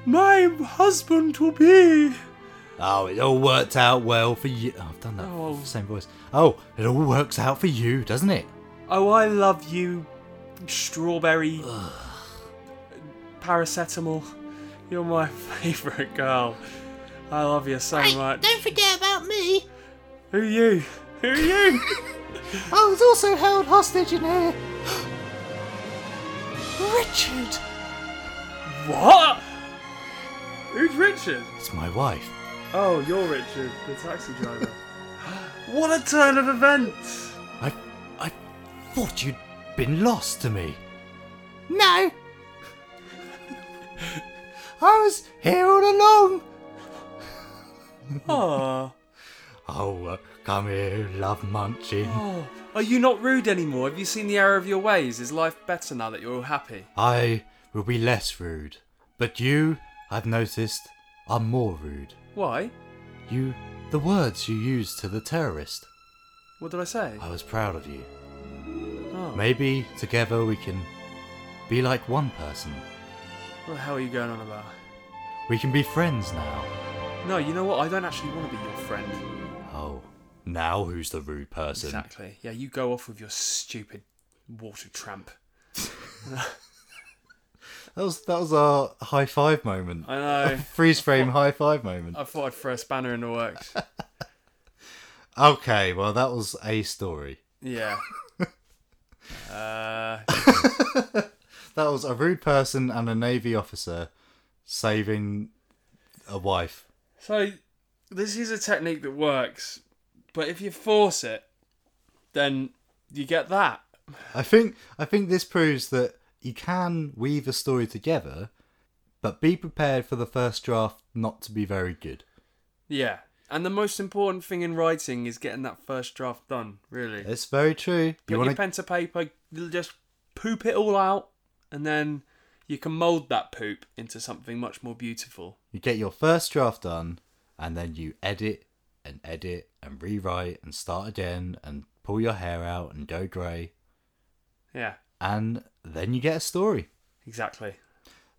S4: my husband to be.
S1: Oh, it all worked out well for you. Oh, I've done that
S4: Oh.
S1: same voice. Oh, it all works out for you, doesn't it?
S4: Oh, I love you, strawberry paracetamol. You're my favourite girl. I love you so much.
S19: Don't forget about me.
S4: Who you? Who you?
S18: I was also held hostage in here. Richard!
S4: what? Who's Richard?
S1: It's my wife.
S4: Oh, you're Richard, the taxi driver. what a turn of events!
S1: I, I thought you'd been lost to me.
S18: No! I was here all along!
S4: Oh,
S1: Oh, uh, come here, love munchin.
S4: oh, are you not rude anymore? Have you seen the error of your ways? Is life better now that you're all happy?
S1: I will be less rude, but you, I've noticed, are more rude.
S4: Why?
S1: You, the words you used to the terrorist.
S4: What did I say?
S1: I was proud of you.
S4: Oh.
S1: Maybe together we can be like one person.
S4: What the hell are you going on about?
S1: We can be friends now.
S4: No, you know what? I don't actually want to be your friend.
S1: Oh, now who's the rude person?
S4: Exactly. Yeah, you go off with your stupid water tramp.
S1: That was that was our high five moment.
S4: I know.
S1: A freeze frame high five moment.
S4: I thought I'd throw a spanner in the works.
S1: Okay, well that was a story.
S4: Yeah. Uh,
S1: That was a rude person and a navy officer saving a wife.
S4: so, this is a technique that works, but if you force it, then you get that.
S1: I think I think this proves that you can weave a story together, but be prepared for the first draft not to be very good.
S4: Yeah. And the most important thing in writing is getting that first draft done, really.
S1: It's very true.
S4: Put
S1: You
S4: your
S1: want to
S4: pen to paper, you'll just poop it all out, and then you can mould that poop into something much more beautiful.
S1: you get your first draft done, and then you edit and edit and rewrite and start again and pull your hair out and go grey,
S4: Yeah,
S1: and then you get a story.
S4: exactly.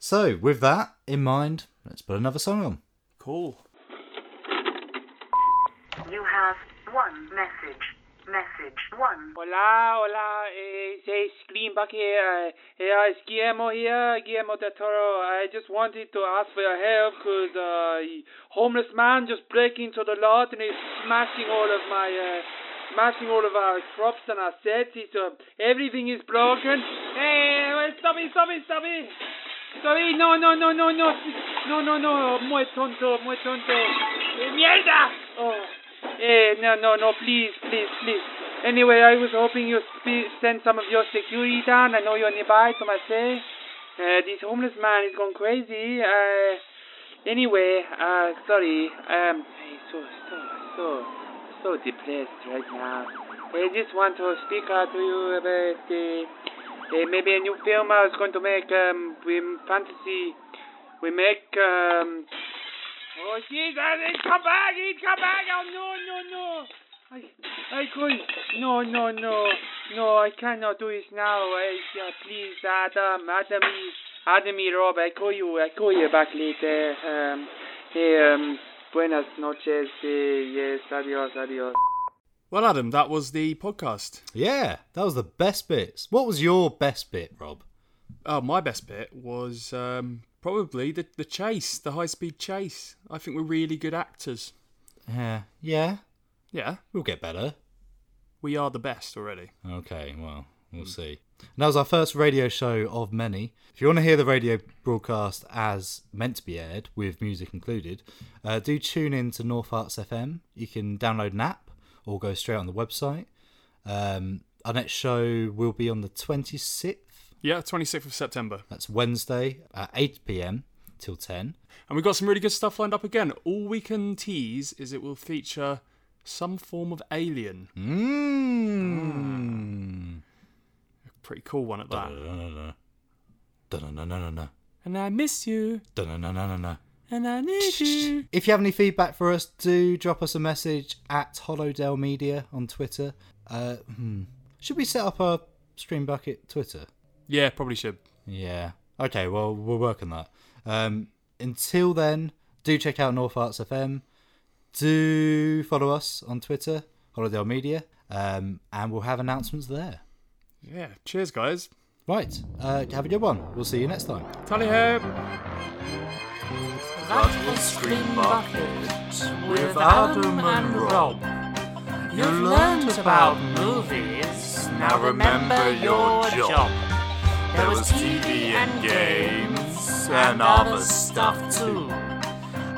S1: So with that in mind, let's put another song on.
S4: Cool.
S5: You have one message. Message one.
S3: Hola, hola, eh, hey, Scream back here. Uh, uh, it's Guillermo here, Guillermo del Toro. I just wanted to ask for your help because uh, a homeless man just break into the lot and he's smashing all of my, uh, smashing all of our crops and our sets. He's, uh, everything is broken. Hey, well, stop it, stop it, stop it. Stop it. No, no, no, no, no. No, no, no. Muy tonto, muy tonto. Eh, mierda! Oh. Eh, no, no, no, please, please, please. Anyway, I was hoping you'd spe- send some of your security down. I know you're nearby to my cell. Uh, this homeless man is gone crazy. Uh, anyway, uh, sorry. Um, hey, so, so, so, so depressed right now. I just want to speak out to you about the, uh, maybe a new film I was going to make, um, with fantasy. We make, um, Oh, Jesus, it's come back, it's come back. Oh, no, no, no. I, I could. No, no, no. No, I cannot do this now. I, uh, please, Adam, Adam, Adam, Rob, I call you, I call you back later. Um, hey, um, buenas noches. eh, yes, adios, adios.
S2: Well, Adam, that was the podcast.
S1: Yeah, that was the best bits. What was your best bit, Rob?
S2: Oh, my best bit was um, probably the, the chase, the high speed chase. I think we're really good actors.
S1: Yeah, yeah,
S2: Yeah,
S1: we'll get better.
S2: we are the best already.
S1: Okay, well, we'll see. And that was our first radio show of many. If you want to hear the radio broadcast as meant to be aired, with music included, uh, do tune in to North Arts FM. You can download an app or go straight on the website. Um, our next show will be on the 26th.
S2: Yeah, 26th of September.
S1: That's Wednesday at 8 p.m. till 10.
S2: And we've got some really good stuff lined up again. All we can tease is it will feature some form of alien.
S1: Mmm.
S2: Pretty cool one at that.
S1: Dun-dun-dun-dun-dun. Dun-dun-dun-dun-dun-dun.
S4: And I miss you,
S1: Dun-dun-dun-dun-dun-dun.
S4: and I need you.
S1: If you have any feedback for us, do drop us a message at Hollowdale Media on Twitter. Uh, hmm. Should we set up a Stream Bucket Twitter?
S2: Yeah, probably should.
S1: Yeah. Okay, well, we'll work on that. Um, until then, do check out North Arts FM. Do follow us on Twitter, Holiday Media, um, and we'll have announcements there.
S2: Yeah. Cheers, guys.
S1: Right. Uh, have a good one. We'll see you next time.
S2: Tally ho!
S4: That was Screen Bucket with Adam and Rob. You've learned about movies, now remember your job. There was TV and games and other stuff too.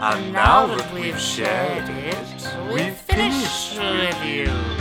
S4: And now that we've shared it, we've finished the review.